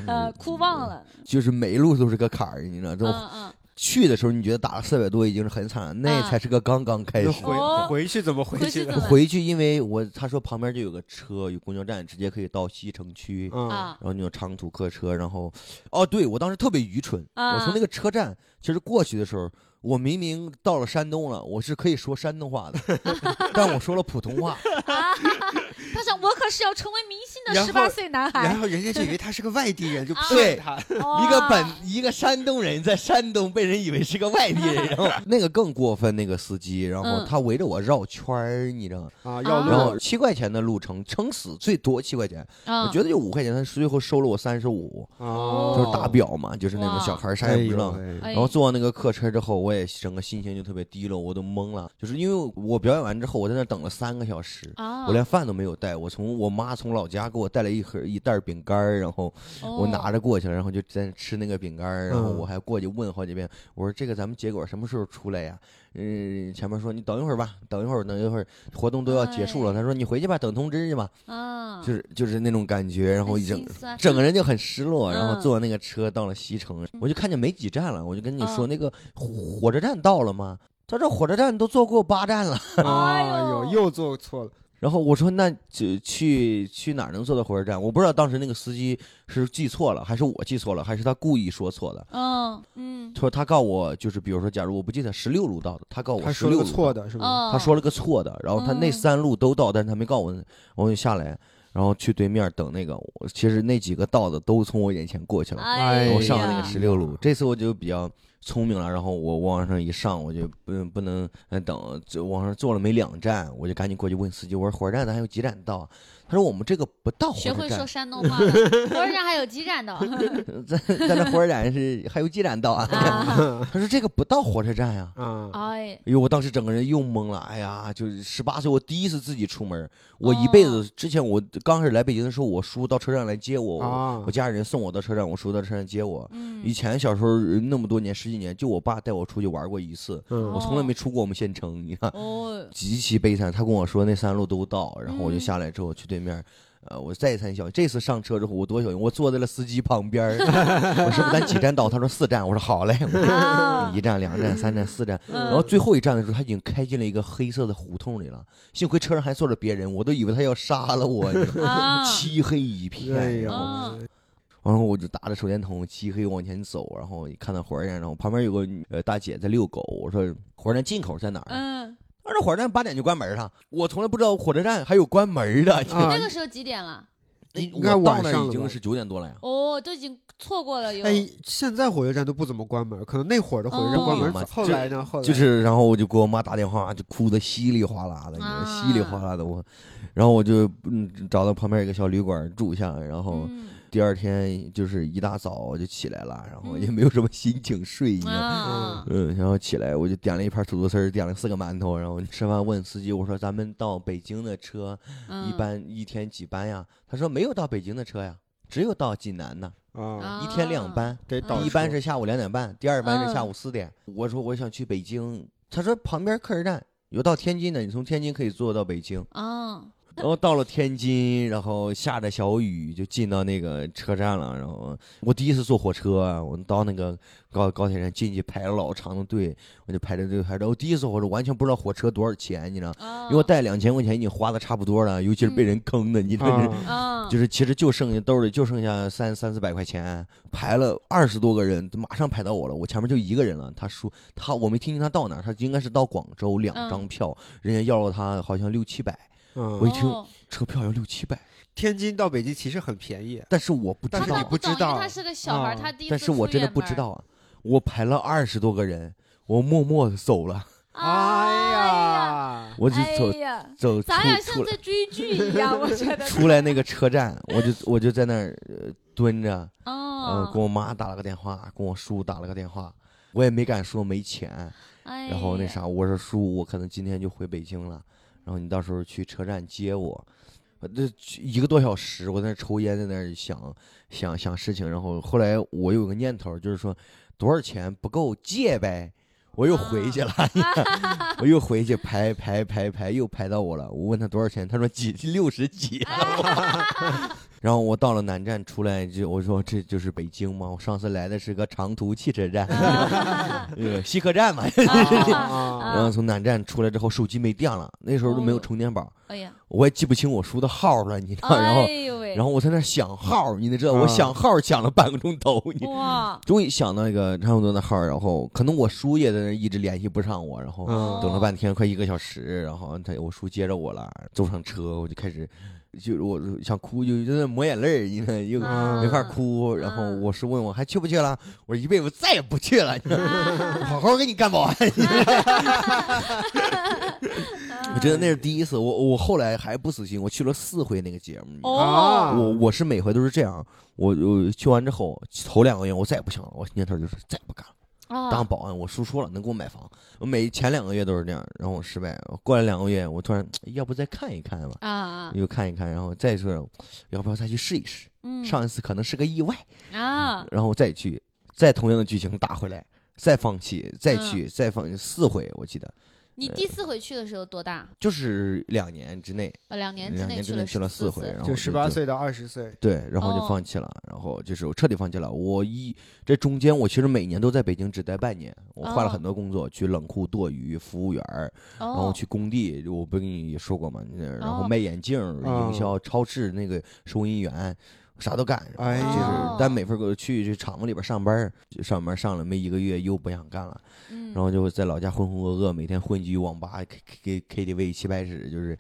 Speaker 3: 呃，哭忘了。
Speaker 4: 就是每一路都是个坎儿，你知道，这种
Speaker 3: 嗯嗯，
Speaker 4: 去的时候你觉得打了四百多已经是很惨了，那
Speaker 3: 啊
Speaker 4: 才是个刚刚开
Speaker 2: 那
Speaker 4: 始。
Speaker 2: 回、
Speaker 3: 哦
Speaker 2: 回去怎么回
Speaker 3: 回
Speaker 2: 去
Speaker 3: 去
Speaker 2: 的
Speaker 3: 怎？么
Speaker 4: 回去，因为我他说旁边就有个车，有公交站，直接可以到西城区，
Speaker 2: 嗯，
Speaker 3: 啊
Speaker 4: 然后那种长途客车，然后，哦，对我当时特别愚蠢，
Speaker 3: 啊
Speaker 4: 我从那个车站其实过去的时候，我明明到了山东了，我是可以说山东 话的，但我说了普通话，
Speaker 3: 啊！他想，我可是要成为明星的
Speaker 2: 然后
Speaker 3: 十八岁男
Speaker 2: 然
Speaker 3: 孩，
Speaker 2: 后人家就以为他是个外地人，就
Speaker 3: 啊
Speaker 2: 骗他。
Speaker 4: 一
Speaker 3: 一
Speaker 4: 个本一个山东人在山东被人以为是个外地人， 然后那个更过分，那个司机，然后
Speaker 3: 嗯
Speaker 4: 他围着我绕圈儿，你知道吗？
Speaker 2: 啊，要
Speaker 3: 啊
Speaker 4: 然
Speaker 2: 路
Speaker 4: 后七块钱的路程，撑死最多七块钱，我
Speaker 3: 啊，
Speaker 4: 觉得就五块钱，他最后收了我三十五，
Speaker 2: 啊，
Speaker 4: 哦就是
Speaker 3: 哦
Speaker 4: 打表嘛，就是那种小孩儿啥
Speaker 2: 哎呦
Speaker 4: 也不知道。
Speaker 2: 喂
Speaker 3: 哎
Speaker 4: 然后坐完那个客车之后，我也整个心情就特别低落，我都懵了，就是因为我表演完之后，我在那等了三个小时。
Speaker 3: 啊，
Speaker 4: 我连饭都没有带，我从我妈从老家给我带了一盒一袋儿饼干儿，然后我拿
Speaker 3: 着
Speaker 4: 着过去了，然后就在那吃那个饼干儿，然后
Speaker 2: 嗯
Speaker 3: 哦
Speaker 4: 我还过去问好几遍，我说这个咱们结果什么时候出来呀？嗯，前面说你等一会儿吧，等一会儿，等一会儿，活动都要结束了。他说你回去吧，等通知去吧，
Speaker 3: 哎啊，
Speaker 4: 就是就是那种感觉，然后
Speaker 3: 很
Speaker 4: 一整
Speaker 3: 心酸
Speaker 4: 整个人就很失落。
Speaker 3: 嗯
Speaker 4: 然后坐那个车到了西城，我就看见没几站了，我就跟你说
Speaker 3: 嗯
Speaker 4: 那个火火车站到了吗？他说火车站都坐过八站了。
Speaker 2: 哎
Speaker 3: 哎
Speaker 2: 呦，
Speaker 3: 呦
Speaker 2: 又做错了。
Speaker 4: 然后我说那就去去哪儿能坐到火车站？我不知道当时那个司机是记错了，还是我记错了，还是他故意说错的。
Speaker 3: 嗯嗯
Speaker 4: 他说他告我就是，比如说，假如我不记得十六路到的，他告我
Speaker 2: 他
Speaker 4: 十
Speaker 2: 说
Speaker 4: 六
Speaker 2: 了
Speaker 4: 路
Speaker 2: 个错
Speaker 4: 到，
Speaker 2: 的是吗？
Speaker 3: 哦，
Speaker 4: 他说了个错的，然后他那
Speaker 3: 嗯
Speaker 4: 三路都到，但是他没告我，我就下来，然后去对面等那个，我其实那几个到的都从我眼前过去了，
Speaker 3: 哎呀，
Speaker 4: 我上了那个十六路
Speaker 2: 呀，
Speaker 4: 这次我就比较。聪明了，然后我往上一上，我就不不能呃等，这往上坐了没两站，我就赶紧过去问司机，我说火车站咱还有几站到啊？他说我们这个不到火
Speaker 3: 学
Speaker 4: 车
Speaker 3: 会说
Speaker 4: 站，
Speaker 3: 山东话了， 火车站还有基站 的
Speaker 4: 在在那火车站是还有几站到啊？
Speaker 3: 啊，
Speaker 4: 他说这个不到火车站呀、
Speaker 2: 啊，
Speaker 3: 哎，
Speaker 4: 哎呦，我当时整个人又懵了，哎呀，就是十八岁，我第一次自己出门，我一辈
Speaker 3: 哦
Speaker 4: 子、之前我刚开始来北京的时候，我叔到车站来接我，
Speaker 3: 哦
Speaker 2: 啊
Speaker 4: 哦我我家里人送我到车站，我叔到车站接我。以
Speaker 3: 嗯，
Speaker 4: 前小时候呃那么多年十几年，就我爸带我出去玩过一次，我
Speaker 2: 嗯，
Speaker 4: 从来没出过我们县城，你看
Speaker 3: 哦，
Speaker 4: 极其悲惨。他跟我说那三路都到，然后我就
Speaker 3: 嗯
Speaker 4: 下来之后去对面。呃，我再三小心。这次上车之后，我多小心，我坐在了司机旁边儿 我说：“咱几站到？”他说：“四站。”我说：“好嘞。”
Speaker 3: 啊
Speaker 4: 一站、两站、三站、四站，
Speaker 3: 嗯
Speaker 4: 然后最后一站的时候，他已经开进了一个黑色的胡同里了。幸亏车上还坐着别人，我都以为他要杀了我，你知道吗
Speaker 3: 啊，
Speaker 4: 漆黑一
Speaker 2: 哎
Speaker 4: 片。
Speaker 2: 呦
Speaker 3: 啊，
Speaker 4: 然后我就打着手电筒，漆黑往前走，然后看到火车站，然后旁边有个女呃大姐在遛狗。我说火车站进口在哪儿？啊
Speaker 3: 嗯，
Speaker 4: 她说火车站八点就关门了。我从来不知道火车站还有关门的。哎
Speaker 2: 啊
Speaker 3: 那个时候几点了？
Speaker 2: 应
Speaker 4: 我
Speaker 2: 该晚上
Speaker 4: 到那
Speaker 2: 了
Speaker 4: 已
Speaker 2: 吧
Speaker 4: 经是九点多了呀。
Speaker 3: 哦，都已经错过了有，
Speaker 2: 哎，现在火车站都不怎么关门，可能那会儿的火车站
Speaker 3: 哦
Speaker 2: 关门
Speaker 4: 嘛
Speaker 2: 早。后
Speaker 4: 就
Speaker 2: 来呢？后来
Speaker 4: 就是，然后我就给我妈打电话，就哭得稀里哗啦的，你知
Speaker 3: 啊
Speaker 4: 道稀里哗啦的我，然后我就嗯找到旁边一个小旅馆住下，然后
Speaker 3: 嗯
Speaker 4: 第二天就是一大早我就起来了，然后
Speaker 3: 嗯
Speaker 4: 也没有什么心情睡哦一样，
Speaker 3: 啊，
Speaker 4: 嗯，然后起来我就点了一盘土豆丝儿，点了四个馒头，然后吃完问司机我说咱们到北京的车
Speaker 3: 嗯
Speaker 4: 一般一天几班呀？他说没有到北京的车呀，只有到济南的，
Speaker 2: 啊，
Speaker 3: 啊
Speaker 4: 一天两班。
Speaker 2: 得
Speaker 3: 倒
Speaker 2: 倒
Speaker 4: 第一
Speaker 2: 数
Speaker 4: 班是下午两点半，第二班是下
Speaker 3: 嗯
Speaker 4: 午四点。我说我想去北京，他说旁边客车站有到天津的，你从天津可以坐到北京。
Speaker 3: 啊，
Speaker 4: 然后到了天津，然后下着小雨就进到那个车站了。然后我第一次坐火车啊，我到那个高高铁站进去排了老长的队，我就排着队排着。我第一次坐火车完全不知道火车多少钱，你知道，
Speaker 3: 哦嗯
Speaker 4: 因为我带两千块钱已经花的差不多了，尤其是被人坑的，你这是。
Speaker 2: 啊，
Speaker 3: 嗯，
Speaker 4: 就是其实就剩下兜里就剩下三三四百块钱，排了二十多个人，马上排到我了，我前面就一个人了。他说他我没听清他到哪儿，他应该是到广州两
Speaker 3: 嗯
Speaker 4: 张票，人家要了他好像六七百，
Speaker 2: 嗯
Speaker 4: 我一听
Speaker 3: 哦
Speaker 4: 车票要六七百，
Speaker 2: 天津到北京其实很便宜，
Speaker 3: 哦
Speaker 4: 但是我不知
Speaker 2: 但是
Speaker 4: 道
Speaker 2: 你
Speaker 3: 不
Speaker 2: 不知道
Speaker 3: 因为他是个小孩儿，
Speaker 2: 嗯
Speaker 3: 他第一次
Speaker 4: 哦但是我真的
Speaker 3: 出远
Speaker 4: 不知
Speaker 3: 门
Speaker 4: 道啊，我排了二十多个人，我默默的走了，
Speaker 3: 儿。哎呀，
Speaker 2: 呀，
Speaker 4: 我就走、
Speaker 3: 哎呀，
Speaker 4: 走出
Speaker 3: 咱俩
Speaker 4: 出
Speaker 3: 像
Speaker 4: 来
Speaker 3: 在追剧一样，我觉得。
Speaker 4: 出来那个车站，我就我就在那儿、呃、蹲着，呃，
Speaker 3: 哦
Speaker 4: 跟，我妈打了个电话，跟我叔打了个电话，我也没敢说没钱。
Speaker 3: 哎
Speaker 4: 然后那
Speaker 3: 呀，
Speaker 4: 啥，我说叔，我可能今天就回北京了，然后你到时候去车站接我。呃这一个多小时，我在那抽烟，在那儿想想想事情。然后后来我有个念头，就是说多少钱不够借呗。我又
Speaker 3: 啊
Speaker 4: 回去了，我又回去排排排排，又排到我了。我问他多少钱，他说几六十几。啊 然后我到了南站出来就我说这就是北京吗？我上次来的是个长途汽 车站，呃西客站嘛。
Speaker 3: 哎
Speaker 2: 啊
Speaker 4: 然后从南站出来之后，手机没电了，那时候都没有
Speaker 3: 哦
Speaker 4: 充电宝，
Speaker 3: 哎呀，
Speaker 4: 我也记不清我叔的号了，你知道？ 然
Speaker 3: 哎
Speaker 4: 后，
Speaker 3: 呦喂，
Speaker 4: 然后我在那想号，你得知道，我
Speaker 2: 啊
Speaker 4: 想号想了半个钟头，
Speaker 3: 哦
Speaker 4: 你
Speaker 3: 哇，
Speaker 4: 终于想到一个差不多的号，然后可能我叔也在那一直联系不上我，然后
Speaker 2: 嗯
Speaker 3: 哦
Speaker 4: 等了半天，快一个小时，然后他我叔接着我了，坐上车我就开始，就我想哭，就就在那抹眼泪儿，你看又
Speaker 3: 啊
Speaker 4: 没法哭。然后
Speaker 3: 嗯
Speaker 4: 我叔问我还去不去了，我说一辈子再也不去了，
Speaker 3: 啊
Speaker 4: 好好给你干保 安。我觉得那是第一次，我我后来还不死心，我去了四回那个节目。
Speaker 3: 哦，
Speaker 2: 啊
Speaker 4: 我我是每回都是这样，我我去完之后，头两个月我再也不想了，我念头就是再也不干了。当
Speaker 3: 啊，
Speaker 4: 保安，我叔说了能给我买房，我每前两个月都是这样，然后我失败，过来两个月我突然哎要不再看一看吧，
Speaker 3: 啊，
Speaker 4: 又看一看，然后再说要不要再去试一试，
Speaker 3: 嗯
Speaker 4: 上一次可能是个意外，
Speaker 3: 啊，
Speaker 4: 然后再去再同样的剧情打回来，再放弃，再
Speaker 3: 嗯
Speaker 4: 去再放弃四回，我记得
Speaker 3: 你第四回去的时候多大？
Speaker 4: 就是两年之内，
Speaker 3: 呃，两年之
Speaker 4: 两
Speaker 3: 内
Speaker 4: 年之
Speaker 3: 去
Speaker 4: 内
Speaker 3: 了
Speaker 4: 去了
Speaker 3: 四
Speaker 4: 四回，然后
Speaker 2: 就十八
Speaker 4: 就
Speaker 2: 岁到二十岁，
Speaker 4: 对，然后就
Speaker 3: 哦
Speaker 4: 放弃了，然后就是我彻底放弃了。我一这中间，我其实每年都在北京只待半年，我换了
Speaker 3: 哦
Speaker 4: 很多工作，去冷库、剁鱼、服务员儿，然后
Speaker 3: 哦，
Speaker 4: 去工地，我不跟你也说过吗？那然后
Speaker 3: 哦
Speaker 4: 卖眼镜儿、
Speaker 2: 啊
Speaker 4: 营销、超市那个收银员，啥都干。
Speaker 2: 哎
Speaker 4: 就
Speaker 3: 哦
Speaker 4: 是，但每份儿给我去这厂子里边上班儿，就上班上了没一个月，又不想干了，
Speaker 3: 嗯
Speaker 4: 然后就在老家浑浑噩噩，每天混迹于网吧、K K K T V 齐白石，就是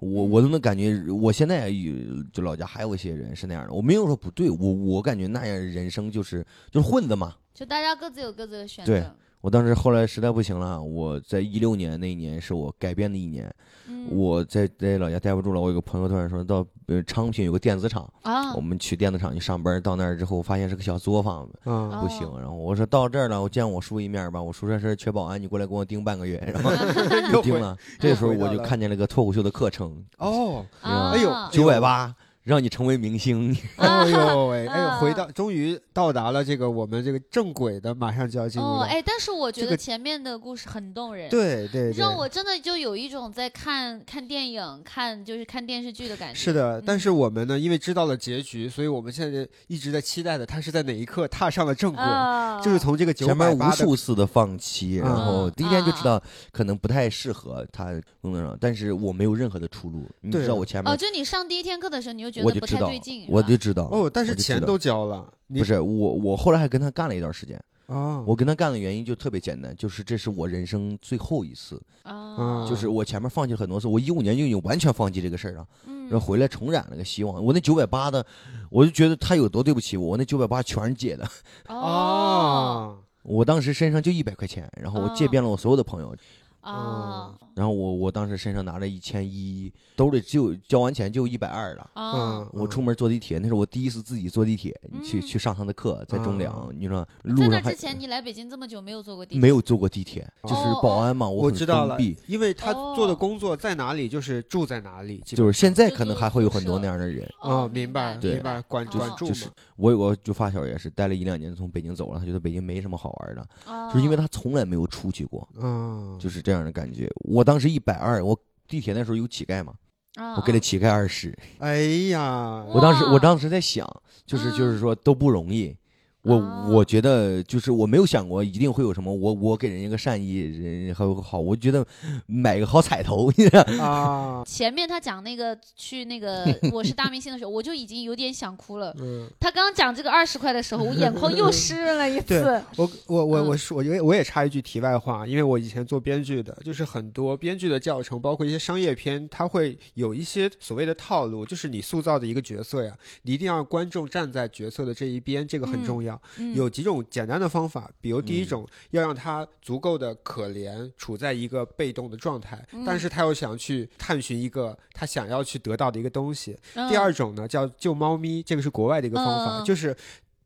Speaker 3: 嗯
Speaker 4: 我我都能感觉，我现在有就老家还有一些人是那样的，我没有说不对，我我感觉那样人生就是就是混子嘛，
Speaker 3: 就大家各自有各自的选
Speaker 4: 对
Speaker 3: 择。
Speaker 4: 我当时后来实在不行了，我在一六年那一年是我改变的一年，
Speaker 3: 嗯
Speaker 4: 我在在老家待不住了，我有个朋友突然说到呃昌平有个电子厂，
Speaker 3: 啊
Speaker 4: 我，们去电子厂去上班，到那儿之后发现是个小作坊，
Speaker 2: 嗯
Speaker 3: 哦
Speaker 4: 不行。然后我说到这儿了，我见我叔一面吧，我叔这是缺保安，你过来给我盯半个月，然后
Speaker 3: 嗯
Speaker 4: 就 盯 了。这时候我就看见了个脱口秀的课程，
Speaker 2: 哦，
Speaker 4: 啊
Speaker 2: 哎呦
Speaker 3: 啊，
Speaker 4: 九百八。让你成为明星，
Speaker 2: 哎呦 喂，哎
Speaker 3: 啊
Speaker 2: 呦，回到终于到达了这个我们这个正轨的，马上就要进入
Speaker 3: 哦，
Speaker 2: 了，
Speaker 3: 哎，但是我觉
Speaker 2: 这
Speaker 3: 得
Speaker 2: 个
Speaker 3: 前面的故事很动人，
Speaker 2: 对对对，
Speaker 3: 让我真的就有一种在看看电影、看就是看电视剧的感觉。
Speaker 2: 是的，但
Speaker 3: 嗯
Speaker 2: 是我们呢，因为知道了结局，所以我们现在一直在期待的，他是在哪一刻踏上了正轨，
Speaker 3: 啊，
Speaker 2: 就是从这个九
Speaker 4: 前面
Speaker 2: 百
Speaker 4: 无
Speaker 2: 八的
Speaker 4: 数次的放弃，然后
Speaker 3: 嗯
Speaker 4: 第一天就知道可能不太适合他工作上，但是我没有任何的出路。你
Speaker 2: 对啊
Speaker 4: 知道我前面
Speaker 3: 哦，就你上第一天课的时候，你就觉
Speaker 4: 我
Speaker 3: 得
Speaker 4: 就
Speaker 3: 不
Speaker 4: 知
Speaker 3: 太
Speaker 4: 道
Speaker 3: 对劲，，
Speaker 4: 我
Speaker 3: 是吧
Speaker 4: 就知道。
Speaker 2: 哦，但是
Speaker 4: 我就知
Speaker 2: 钱
Speaker 4: 道
Speaker 2: 都交了，你
Speaker 4: 不是我，我后来还跟他干了一段时间。
Speaker 2: 啊，
Speaker 4: 我跟他干的原因就特别简单，就是这是我人生最后一次，
Speaker 2: 嗯
Speaker 3: 啊，
Speaker 4: 就是我前面放弃了很多次，我一五年就已经完全放弃这个事儿了，
Speaker 3: 嗯
Speaker 4: 然后回来重燃了个希望。我那九百八的，我就觉得他有多对不起我，我那九百八全是借的，
Speaker 3: 哦
Speaker 2: 啊，
Speaker 4: 我当时身上就一百块钱，然后我借
Speaker 3: 哦
Speaker 4: 遍了我所有的朋友，
Speaker 2: 嗯
Speaker 3: 啊
Speaker 4: 然后我我当时身上拿着一千一，兜里只有交完钱就一百二了。
Speaker 2: 嗯
Speaker 3: 啊，
Speaker 4: 我出门坐地铁，那是我第一次自己坐地铁
Speaker 3: 嗯
Speaker 4: 去、去上他的课，在中粮，
Speaker 2: 嗯
Speaker 4: 你说
Speaker 3: 在
Speaker 4: 路
Speaker 3: 那
Speaker 4: 上还
Speaker 3: 之前你来北京这么久没有坐过地铁，
Speaker 4: 没有坐过地铁，就是
Speaker 3: 哦
Speaker 4: 保安嘛，
Speaker 2: 我
Speaker 4: 很
Speaker 2: 知道
Speaker 4: 封
Speaker 2: 了
Speaker 4: 闭，
Speaker 2: 因为他
Speaker 3: 哦
Speaker 2: 做的工作在哪里，就是住在哪里，基本
Speaker 4: 就是现在
Speaker 3: 就
Speaker 4: 可能
Speaker 3: 住
Speaker 4: 还会有
Speaker 3: 宿
Speaker 4: 很多
Speaker 3: 舍
Speaker 4: 那样的人。
Speaker 2: 啊，明
Speaker 3: 哦明
Speaker 2: 白
Speaker 4: 对
Speaker 2: 明白，管
Speaker 3: 哦
Speaker 2: 管住
Speaker 4: 就是
Speaker 2: 嘛，
Speaker 4: 我有个就发小也是待了一两年，从北京走了，他觉得北京没什么好玩的，
Speaker 3: 哦
Speaker 4: 就是因为他从来没有出去过，
Speaker 2: 嗯，
Speaker 4: 就是这样的感觉。我当时一百二，我地铁那时候有乞丐嘛，
Speaker 3: 啊
Speaker 4: 我给他起开二十。
Speaker 2: 哎呀，
Speaker 4: 我当时我
Speaker 3: 哇
Speaker 4: 当时在想，就是就是说都不容易。我
Speaker 3: 哦
Speaker 4: 我觉得就是我没有想过一定会有什么，我我给人家个善意，人家还会好，我觉得买个好彩头， 你知道
Speaker 2: 啊，
Speaker 3: 前面他讲那个去那 个我是大明星的时候，我就已经有点想哭了。
Speaker 2: 嗯，
Speaker 3: 他刚讲这个二十块的时候，我眼眶又湿润了一
Speaker 2: 对
Speaker 3: 次。
Speaker 2: 我我我
Speaker 3: 嗯
Speaker 2: 我说，我也我也插一句题外话，啊因为我以前做编剧的，就是很多编剧的教程，包括一些商业片，它会有一些所谓的套路，就是你塑造的一个角色呀，你一定要让观众站在角色的这一边，这个很
Speaker 3: 嗯
Speaker 2: 重要。
Speaker 3: 嗯
Speaker 2: 有几种简单的方法，比如第一
Speaker 4: 嗯
Speaker 2: 种，要让他足够的可怜，处在一个被动的状态，但
Speaker 3: 嗯
Speaker 2: 是他又想去探寻一个他想要去得到的一个东西。
Speaker 3: 嗯
Speaker 2: 第二种呢叫救猫咪，这个是国外的一个方
Speaker 3: 嗯
Speaker 2: 法，
Speaker 3: 嗯嗯
Speaker 2: 就是。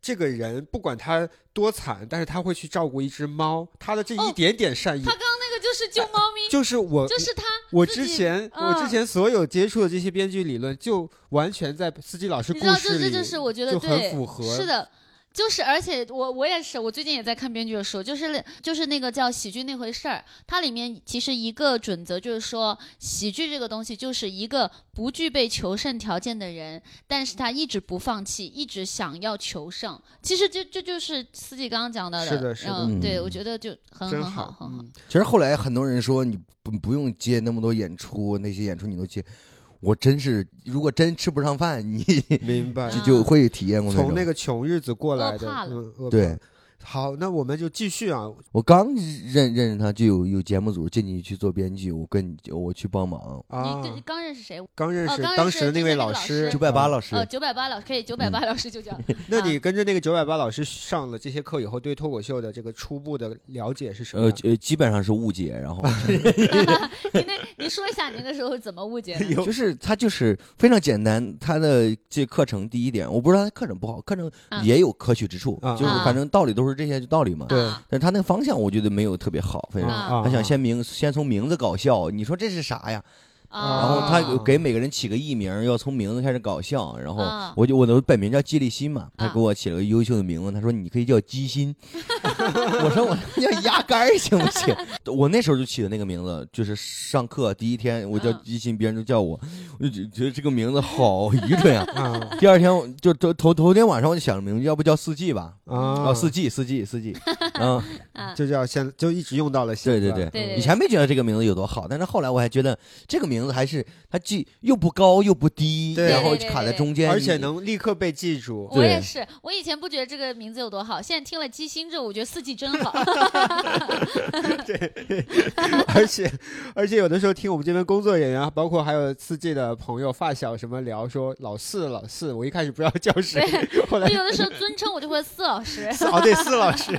Speaker 2: 这个人不管他多惨，但是他会去照顾一只猫，他的这一
Speaker 3: 哦
Speaker 2: 点点善意，
Speaker 3: 他刚刚那个就是救猫咪，
Speaker 2: 就是我
Speaker 3: 就是他
Speaker 2: 我
Speaker 3: 自
Speaker 2: 之
Speaker 3: 己
Speaker 2: 前、我之
Speaker 3: 嗯
Speaker 2: 前所有接触的这些编剧理论，就完全在司机老师
Speaker 3: 你
Speaker 2: 故
Speaker 3: 知道，
Speaker 2: 事
Speaker 3: 这
Speaker 2: 里
Speaker 3: 这就是我觉得
Speaker 2: 就很
Speaker 3: 对，
Speaker 2: 符合，
Speaker 3: 是的。就是，而且我我也是，我最近也在看编剧的书，就是就是那个叫喜剧那回事儿，它里面其实一个准则就是说，喜剧这个东西就是一个不具备求胜条件的人，但是他一直不放弃，一直想要求胜。其实这这就是司机刚刚讲到的，
Speaker 2: 是的是的
Speaker 3: 嗯，对
Speaker 4: 嗯
Speaker 3: 我觉得就很
Speaker 2: 真
Speaker 3: 很好，很好
Speaker 2: 嗯。
Speaker 4: 其实后来很多人说你不不用接那么多演出，那些演出你都接，我真是如果真吃不上饭，你
Speaker 2: 明白。
Speaker 4: 就就会体验过那
Speaker 2: 啊从那
Speaker 4: 种。
Speaker 2: 个穷日子过来的，
Speaker 3: 嗯饿怕了
Speaker 2: 嗯，饿
Speaker 4: 对
Speaker 2: 怕。好，那我们就继续啊，
Speaker 4: 我刚认认识他，就有有节目组进去去做编剧，我跟我去帮忙，
Speaker 2: 啊，
Speaker 3: 你跟刚认识谁？
Speaker 2: 刚认
Speaker 3: 哦
Speaker 2: 识
Speaker 3: 刚认
Speaker 2: 当
Speaker 3: 识
Speaker 2: 时的
Speaker 3: 之
Speaker 2: 位
Speaker 3: 前那
Speaker 2: 老
Speaker 3: 个老
Speaker 2: 师
Speaker 3: 师
Speaker 4: 九百八老师
Speaker 3: 呃，九百八老师可以，九百
Speaker 2: 嗯
Speaker 3: 八老师就叫。
Speaker 2: 那
Speaker 3: 啊
Speaker 2: 你跟着那个九百八老师上了这些课以后，对脱口秀的这个初步的了解是什么
Speaker 4: 呃
Speaker 3: 哦
Speaker 2: 样？
Speaker 4: 呃，基本上是误解，然
Speaker 2: 哎
Speaker 4: 后
Speaker 3: 你那你说一下你那个时候怎么误 解的？
Speaker 4: 就是他就是非常简单，他的这课程第一点，我不是说他课程不好，课程
Speaker 3: 啊
Speaker 4: 也有可取之处，
Speaker 2: 啊
Speaker 4: 就是
Speaker 3: 啊
Speaker 4: 反正道理都是这些道理嘛。
Speaker 2: 对
Speaker 3: 啊
Speaker 4: 但是他那个方向我觉得没有特别好，反正
Speaker 3: 啊
Speaker 4: 他想先名先从名字搞笑，你说这是啥呀？
Speaker 3: 啊
Speaker 4: 然后他给每个人起个艺名，要从名字开始搞笑。然后
Speaker 3: 啊
Speaker 4: 我就我的本名叫季立新嘛，他
Speaker 3: 啊
Speaker 4: 给我起了个优秀的名字，他说你可以叫鸡心， 我说我要压杆儿行不行？ 我那时候就起的那个名字，就是上课第一天我叫
Speaker 3: 嗯
Speaker 4: 鸡心，别人就叫我，我就觉得这个名字好愚蠢啊。
Speaker 2: 啊
Speaker 4: 第二天我就头头头天晚上我就想着名字，要不叫四季吧？
Speaker 2: 啊
Speaker 4: 啊，四季四 季四季，嗯，
Speaker 2: 就叫现就一直用到了现在，嗯
Speaker 4: 对对
Speaker 3: 对对
Speaker 4: 以前没觉得这个名字有多好，但是后来我还觉得这个名字还是它既又不高又不低，
Speaker 2: 对
Speaker 4: 然后
Speaker 3: 对对对
Speaker 4: 卡在
Speaker 3: 对
Speaker 4: 中间，
Speaker 2: 而且能立刻被记住。
Speaker 3: 我也
Speaker 4: 对
Speaker 3: 是，我以前不觉得这个名字有多好，现在听了鸡心之后，我觉得四季真 好。
Speaker 2: 而且而且有的时候听我们这边工作人员啊，包括还有四季的朋友、发小什么聊说老四老四，我一开始不知道叫谁，
Speaker 3: 我
Speaker 2: 后来
Speaker 3: 有的时候尊称我就会四老 师。
Speaker 2: 四哦对四老 师，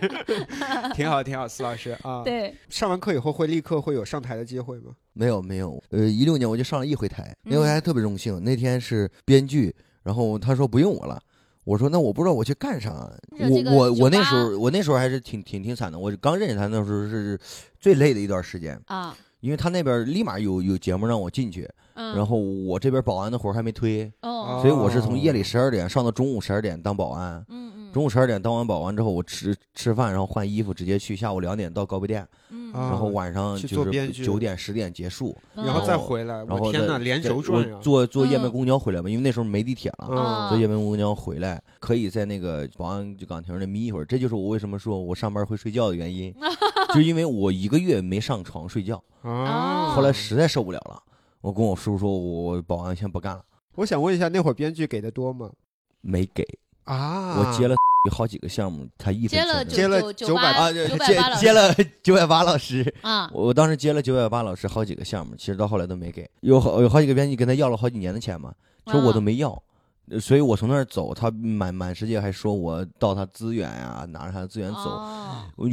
Speaker 2: 挺好挺好，四老师啊。
Speaker 3: 对，
Speaker 2: 上完课以后会立刻会有上台的机会吗？
Speaker 4: 没有没有，呃，一六年我就上了一回台，
Speaker 3: 嗯
Speaker 4: 那回台特别荣幸，那天是编剧，然后他说不用我了。我说那我不知道我去干啥，
Speaker 3: 是这
Speaker 4: 我
Speaker 3: 个
Speaker 4: 我
Speaker 3: 酒
Speaker 4: 我那
Speaker 3: 吧
Speaker 4: 时候我那时候还是挺挺挺惨的，我刚认识他那时候是最累的一段时间，
Speaker 3: 啊，
Speaker 4: 因为他那边立马有有节目让我进去，
Speaker 3: 嗯，
Speaker 4: 然后我这边保安的活儿还没推，
Speaker 3: 哦，
Speaker 2: 啊
Speaker 4: 所以我是从夜里十二点上到中午十二点当保安，
Speaker 3: 嗯嗯，
Speaker 4: 中午十二点当完保安之后，我吃吃饭，然后换衣服，直接去下午两点到高碑店，
Speaker 3: 嗯，
Speaker 2: 啊
Speaker 4: 然后晚上
Speaker 2: 去
Speaker 4: 就
Speaker 2: 做
Speaker 4: 是
Speaker 2: 编剧
Speaker 4: 九点十点结束，
Speaker 3: 嗯
Speaker 2: 然后再回来，
Speaker 4: 哦然后
Speaker 2: 我天
Speaker 4: 再
Speaker 2: 呐，连
Speaker 4: 再
Speaker 2: 轴转呀
Speaker 4: 我！坐坐夜班
Speaker 3: 嗯
Speaker 4: 公交回来吧，因为那时候没地铁了，
Speaker 2: 嗯
Speaker 3: 啊
Speaker 4: 坐夜班公交回来可以在那个保安就岗亭那眯一会儿，这就是我为什么说我上班会睡觉的原因，就因为我一个月没上床睡觉，
Speaker 2: 啊，
Speaker 4: 后来实在受不了了，我跟我叔叔说，我我保安先不干了，
Speaker 2: 我想问一下，那会儿编剧给的多吗？
Speaker 4: 没给
Speaker 2: 啊，
Speaker 4: 我接了 好几个项目，他一分
Speaker 3: 接
Speaker 4: 钱
Speaker 3: 了
Speaker 4: 都没
Speaker 2: 接
Speaker 3: 九
Speaker 2: 了
Speaker 3: 九
Speaker 2: 九
Speaker 3: 九
Speaker 2: 百
Speaker 3: 八
Speaker 4: 啊，对
Speaker 3: 九百八
Speaker 4: 接
Speaker 3: 老师
Speaker 4: 接了九百八老师。
Speaker 3: 啊，
Speaker 4: 我当时接了九百八老师好几个项目，其实到后来都没给，有好有好几个编辑跟他要了好几年的钱嘛，其实我
Speaker 3: 嗯
Speaker 4: 都没要，呃所以我从那儿走，他满满世界还说我盗他资源啊，拿着他的资
Speaker 3: 嗯
Speaker 4: 源
Speaker 3: 哦
Speaker 4: 走，
Speaker 3: 走，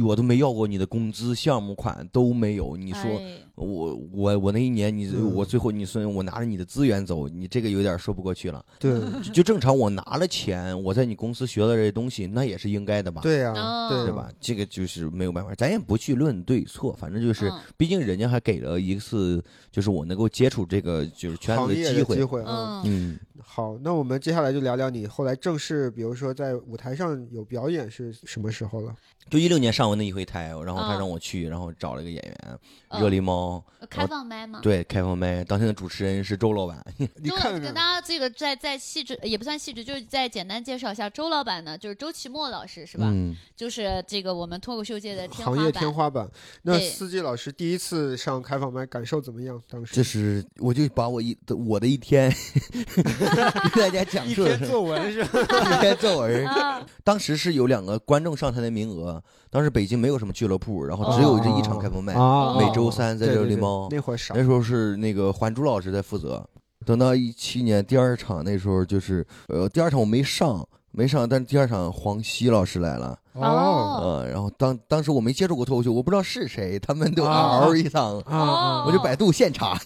Speaker 4: 我我都没要过你的工资、项目款都没有，你说。
Speaker 3: 哎
Speaker 4: 我我我那一年你
Speaker 2: 嗯
Speaker 4: 我最后你说我拿着你的资源走，你这个有点说不过去了。
Speaker 2: 对
Speaker 4: 就就正常我拿了钱，我在你公司学到这些东西，那也是应该的吧？
Speaker 2: 对呀，
Speaker 3: 哦
Speaker 2: 对
Speaker 4: 对吧？？这个就是没有办法，咱也不去论对错，反正就是，
Speaker 3: 嗯
Speaker 4: 毕竟人家还给了一次，就是我能够接触这个就是圈
Speaker 2: 行
Speaker 4: 子
Speaker 2: 业
Speaker 4: 机
Speaker 2: 的
Speaker 4: 会。
Speaker 2: 机会啊，
Speaker 3: 嗯，
Speaker 4: 嗯，
Speaker 2: 好，那我们接下来就聊聊你后来正式，比如说在舞台上有表演是什么时候 了？
Speaker 4: 就一六年上过那一回台，然后他
Speaker 3: 嗯
Speaker 4: 让我去，然后找了一个演员，
Speaker 3: 嗯
Speaker 4: 热力猫，
Speaker 3: 开放麦吗？
Speaker 4: 对，开放麦，当天的主持人是周老板，
Speaker 2: 你
Speaker 3: 周
Speaker 2: 看
Speaker 3: 跟
Speaker 2: 看，
Speaker 3: 大家这个再再细致也不算细致，就是再简单介绍一下周老板呢，就是周奇墨老师是吧？
Speaker 4: 嗯，
Speaker 3: 就是这个我们脱口秀界的天花
Speaker 2: 行
Speaker 3: 板。
Speaker 2: 业天花板。那
Speaker 3: 对
Speaker 2: 司机老师第一次上开放麦感受怎么样？当时
Speaker 4: 这是我就把我一我的一 天给大家讲
Speaker 2: 一
Speaker 4: 述了
Speaker 2: 篇作文是吧？
Speaker 4: 一篇作文。
Speaker 3: 啊，
Speaker 4: 当时是有两个观众上台的名额，当时北京没有什么俱乐部，然后只有这一场开放麦，
Speaker 2: 啊
Speaker 4: 每周三在
Speaker 2: 对
Speaker 4: 这
Speaker 2: 对
Speaker 4: 里
Speaker 2: 对
Speaker 4: 猫哎
Speaker 2: 那会儿少
Speaker 4: 那时候是那个还珠老师在负责。等到一七年第二场，那时候就是呃，第二场我没上，没上，但是第二场黄西老师来了，
Speaker 3: 哦
Speaker 4: 呃，然后当当时我没接触过脱口秀，我不知道是谁，他们都
Speaker 2: 哦
Speaker 4: 嗷嗷一嗓子，
Speaker 2: 啊啊
Speaker 4: 我就百度现查。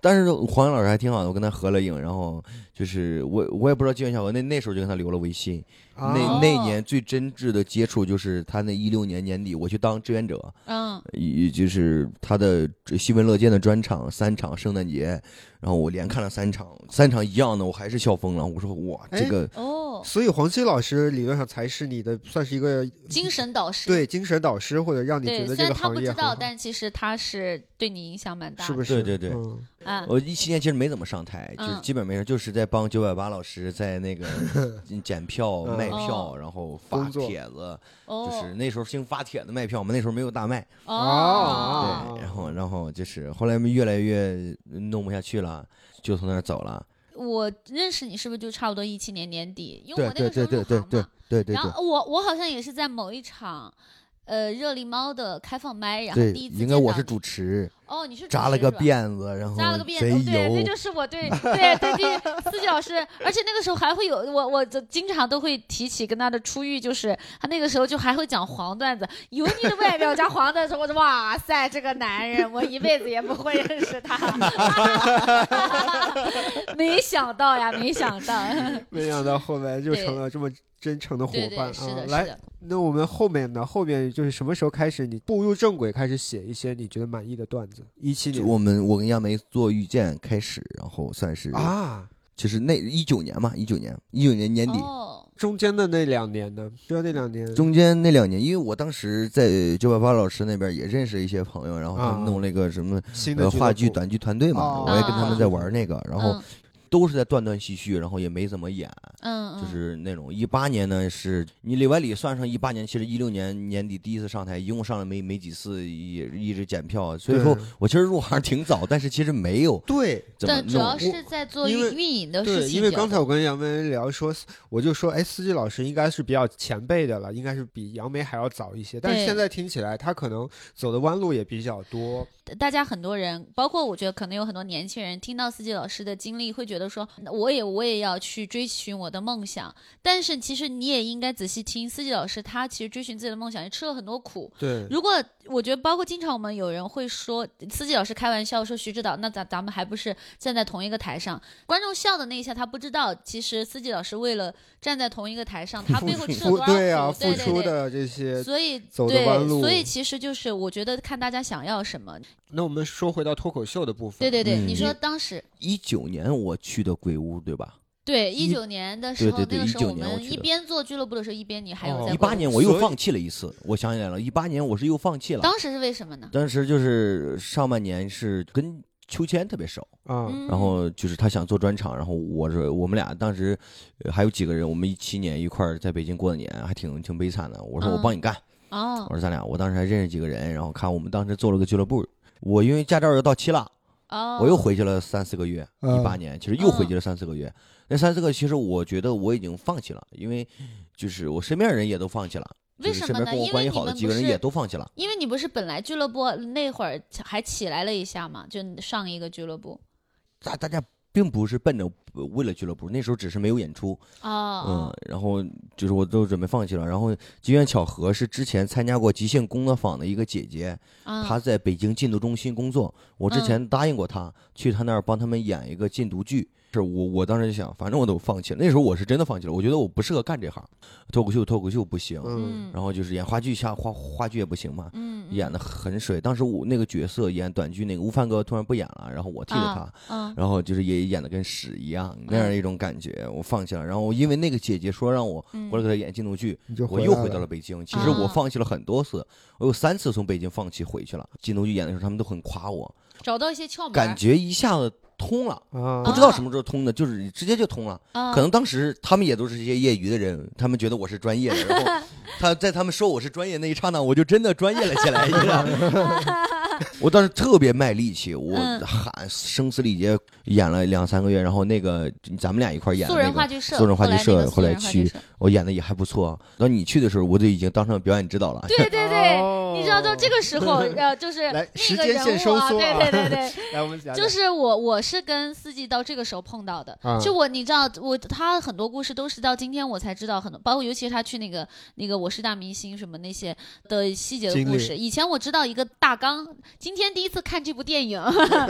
Speaker 4: 但是黄洋老师还挺好的，我跟他合了影，然后就是我我也不知道机缘巧合，那那时候就跟他留了微信。
Speaker 2: 啊
Speaker 4: 那
Speaker 3: 哦
Speaker 4: 那年最真挚的接触就是他那一六年年底，我去当志愿者，
Speaker 3: 嗯，
Speaker 4: 也就是他的新闻乐见的专场三场圣诞节，然后我连看了三场，三场一样的，我还是笑疯了。我说哇，
Speaker 2: 哎
Speaker 4: 这个
Speaker 3: 哦，
Speaker 2: 所以黄西老师理论上才是你的，算是一个
Speaker 4: 呃
Speaker 3: 精神导师。
Speaker 2: 对精神导师，或者让你觉
Speaker 3: 对，
Speaker 2: 得
Speaker 3: 虽
Speaker 2: 这
Speaker 3: 然
Speaker 2: 个
Speaker 3: 他
Speaker 2: 行
Speaker 3: 不
Speaker 2: 业
Speaker 3: 知
Speaker 2: 很
Speaker 3: 道，
Speaker 2: 好，
Speaker 3: 但其实他是对你影响蛮大的，
Speaker 2: 是不是？
Speaker 4: 对对对
Speaker 2: 嗯
Speaker 3: 啊？
Speaker 4: 我一七年其实没怎么上台，就是
Speaker 3: 嗯
Speaker 4: 基本没事，就是在帮九百八老师在那 个检票、
Speaker 2: 嗯
Speaker 4: 卖票，
Speaker 3: 哦
Speaker 4: 然后发
Speaker 2: 工作
Speaker 4: 帖子，
Speaker 3: 哦，
Speaker 4: 就是那时候兴发帖子卖票嘛，那时候没有大麦，
Speaker 2: 哦
Speaker 3: 哦，
Speaker 4: 对，然后然后就是后来越来越弄不下去了，就从那儿走了。
Speaker 3: 我认识你是不是就差不多一七年年底？因为
Speaker 4: 对
Speaker 3: 我那
Speaker 4: 对
Speaker 3: 个时
Speaker 4: 对
Speaker 3: 候入
Speaker 4: 对
Speaker 3: 行嘛。
Speaker 4: 对对对对
Speaker 3: 然
Speaker 4: 对。
Speaker 3: 后我我好像也是在某一场，呃，热力猫的开放麦，然后
Speaker 4: 对，
Speaker 3: 第一次
Speaker 4: 应
Speaker 3: 见
Speaker 4: 该
Speaker 3: 到
Speaker 4: 我
Speaker 3: 你
Speaker 4: 是主持，
Speaker 3: 哦，你是主
Speaker 4: 扎了
Speaker 3: 持
Speaker 4: 个
Speaker 3: 是吧
Speaker 4: 辫子，然后
Speaker 3: 扎了个辫子，
Speaker 4: 贼
Speaker 3: 哦对，那
Speaker 4: 油，
Speaker 3: 就是我对对对对司机老师，而且那个时候还会有我我经常都会提起跟他的初遇，就是他那个时候就还会讲黄段子，油腻的外表加黄段子，我说哇塞，这个男人我一辈子也不会认识他， 没想到呀，没想 到，
Speaker 2: 没想到后来就
Speaker 3: 对
Speaker 2: 成了这么真诚的伙
Speaker 3: 对
Speaker 2: 伴
Speaker 3: 对是
Speaker 2: 啊！
Speaker 3: 的，是
Speaker 2: 来，
Speaker 3: 的，
Speaker 2: 那我们后面呢？后面就是什么时候开始你步入正轨，开始写一些你觉得满意的段子？一七
Speaker 4: 就
Speaker 2: 年
Speaker 4: 我们我跟亚梅做遇见开始，然后算是
Speaker 2: 啊，
Speaker 4: 就是那一九年嘛，一九年一九年年底，
Speaker 3: 哦，
Speaker 2: 中间的那两年呢？就那两年，
Speaker 4: 中间那两年，因为我当时在九百八老师那边也认识一些朋友，然后他
Speaker 2: 啊
Speaker 4: 们弄了一个什么
Speaker 2: 新的
Speaker 4: 呃
Speaker 2: 俱乐
Speaker 4: 话
Speaker 2: 部
Speaker 4: 剧短剧团队嘛
Speaker 2: 哦，
Speaker 4: 我也跟他们在玩那个，然后
Speaker 3: 嗯
Speaker 4: 都是在断断续续，然后也没怎么演，
Speaker 3: 嗯，
Speaker 4: 就
Speaker 3: 嗯
Speaker 4: 是那种一八年呢，是你里外里算上一八年，其实一六年年底第一次上台，一共上了没没几次，也一直检票，所以说
Speaker 2: 对
Speaker 4: 我其实入行挺早，但是其实没有
Speaker 2: 对，
Speaker 4: 怎么
Speaker 3: 但主要
Speaker 4: 弄。
Speaker 3: 是在做
Speaker 2: 因为
Speaker 3: 运运营的事
Speaker 2: 对，
Speaker 3: 情，
Speaker 2: 因为刚才我跟杨梅聊说，我就说，哎，司机老师应该是比较前辈的了，应该是比杨梅还要早一些。但是
Speaker 3: 对
Speaker 2: 现在听起来，他可能走的弯路也比较多。
Speaker 3: 大家很多人，包括我觉得可能有很多年轻人听到司机老师的经历，会觉得说，我也我也要去追寻我的梦想。但是其实你也应该仔细听司机老师，他其实追寻自己的梦想也吃了很多苦。
Speaker 2: 对，
Speaker 3: 如果我觉得，包括经常我们有人会说，司机老师开玩笑说徐指导，那咱咱们还不是站在同一个台上？观众笑的那一下，他不知道，其实司机老师为了站在同一个台上，他背后吃了
Speaker 2: 付
Speaker 3: 多少苦，
Speaker 2: 对
Speaker 3: 对
Speaker 2: 啊，付
Speaker 3: 对
Speaker 2: 出
Speaker 3: 对
Speaker 2: 的这些。
Speaker 3: 所以
Speaker 2: 走的弯
Speaker 3: 对，
Speaker 2: 路
Speaker 3: 所以其实就是我觉得看大家想要什么。
Speaker 2: 那我们说回到脱口秀的部分，
Speaker 3: 对对对，
Speaker 4: 嗯
Speaker 3: 你说当时
Speaker 4: 一九年我去的鬼屋，对吧？
Speaker 3: 对，一
Speaker 4: 一
Speaker 3: 九年的时候，
Speaker 4: 对对对
Speaker 3: 那个时候
Speaker 4: 19
Speaker 3: 我
Speaker 4: 年我
Speaker 3: 们
Speaker 4: 去
Speaker 3: 一
Speaker 4: 的
Speaker 3: 边做俱乐部的时候，一边你还有
Speaker 2: 哦
Speaker 3: 在
Speaker 4: 一
Speaker 3: 国
Speaker 4: 八
Speaker 3: 内
Speaker 4: 年我又
Speaker 2: 所以
Speaker 4: 放弃了一次，我想起来了，一八年我是又放弃了。
Speaker 3: 当时是为什么呢？
Speaker 4: 当时就是上半年是跟秋千特别熟，
Speaker 2: 啊，
Speaker 3: 嗯
Speaker 4: 然后就是他想做专场，然后我是我们俩当时呃还有几个人，我们一七年一块儿在北京过的年，还挺挺悲惨的。我说我
Speaker 3: 嗯
Speaker 4: 帮你干，
Speaker 3: 哦
Speaker 4: 我说咱俩，我当时还认识几个人，然后看我们当时做了个俱乐部。我因为驾照要到期了，
Speaker 3: 哦，
Speaker 4: 我又回去了三四个月，
Speaker 2: 嗯
Speaker 4: 一八年其实又回去了三四个月。那三四个其实我觉得我已经放弃了，因为就是我身边人也都放弃了，
Speaker 3: 为
Speaker 4: 就是
Speaker 3: 什
Speaker 4: 身
Speaker 3: 么
Speaker 4: 边
Speaker 3: 呢？
Speaker 4: 跟我
Speaker 3: 因
Speaker 4: 关
Speaker 3: 为
Speaker 4: 系
Speaker 3: 你
Speaker 4: 好的
Speaker 3: 们
Speaker 4: 几
Speaker 3: 不
Speaker 4: 个人也
Speaker 3: 是，
Speaker 4: 都放弃了。
Speaker 3: 因为你不是本来俱乐部那会儿还起来了一下嘛，就上一个俱乐部
Speaker 4: 大大家并不是奔着呃为了俱乐部，那时候只是没有演出，嗯
Speaker 3: 哦，，
Speaker 4: 然后就是我都准备放弃了，然后机缘巧合是之前参加过即兴工作坊的一个姐姐，
Speaker 3: 嗯
Speaker 4: 她在北京禁毒中心工作，我之前答应过她去她那儿帮他们演一个禁毒剧。是我，我当时就想，反正我都放弃了。那时候我是真的放弃了，我觉得我不适合干这行，脱口秀脱口秀不行，
Speaker 2: 嗯，
Speaker 4: 然后就是演话剧下话话剧也不行嘛，
Speaker 3: 嗯嗯
Speaker 4: 演的很水。当时我那个角色演短剧那个吴凡哥突然不演了，然后我替了他，
Speaker 3: 嗯
Speaker 4: 然后就是也演的跟屎一样，样那样一种感觉，我放弃了。然后因为那个姐姐说让我
Speaker 3: 嗯
Speaker 4: 过来给她演进度剧，
Speaker 2: 你就
Speaker 4: 我
Speaker 2: 来
Speaker 4: 又回到了北京。其实我
Speaker 3: 啊
Speaker 4: 放弃了很多次，我有三次从北京放弃回去了。进度剧演的时候，他们都很夸我，
Speaker 3: 找到一些窍门儿，
Speaker 4: 感觉一下子通了。
Speaker 2: 啊，
Speaker 4: 不知道什么时候通的，就是直接就通了。
Speaker 3: 啊
Speaker 4: 可能当时他们也都是一些业余的人，他们觉得我是专业的，然后他在他们说我是专业那一刹那，我就真的专业了起来，你知 道吗我当时特别卖力气，我
Speaker 3: 嗯
Speaker 4: 喊声嘶力竭演了两三个月，然后那个咱们俩一块儿演的
Speaker 3: 素
Speaker 4: 那
Speaker 3: 人
Speaker 4: 个
Speaker 3: 话，剧社，
Speaker 4: 素人话剧社后
Speaker 3: 后来
Speaker 4: 来
Speaker 3: 那个素人话
Speaker 4: 去
Speaker 3: 剧社，
Speaker 4: 我演的也还不错。到你去的时候，我都已经当上表演指导了。
Speaker 3: 对对 对，
Speaker 2: 哦
Speaker 3: 你知道到这个时候，
Speaker 4: 哦
Speaker 3: 呃，就是
Speaker 2: 来时
Speaker 3: 那个
Speaker 2: 间线
Speaker 3: 人物
Speaker 2: 收
Speaker 3: 啊，
Speaker 2: 缩啊
Speaker 3: 对对对 对，
Speaker 2: 来我们讲讲，
Speaker 3: 就是我，我是跟四季到这个时候碰到的。
Speaker 2: 啊
Speaker 3: 就我，你知道，我他很多故事都是到今天我才知道很多，包括尤其是他去那个那个《我是大明星》什么那些的细节的
Speaker 2: 经历
Speaker 3: 故事。以前我知道一个大纲，今天第一次看这部电影， 啊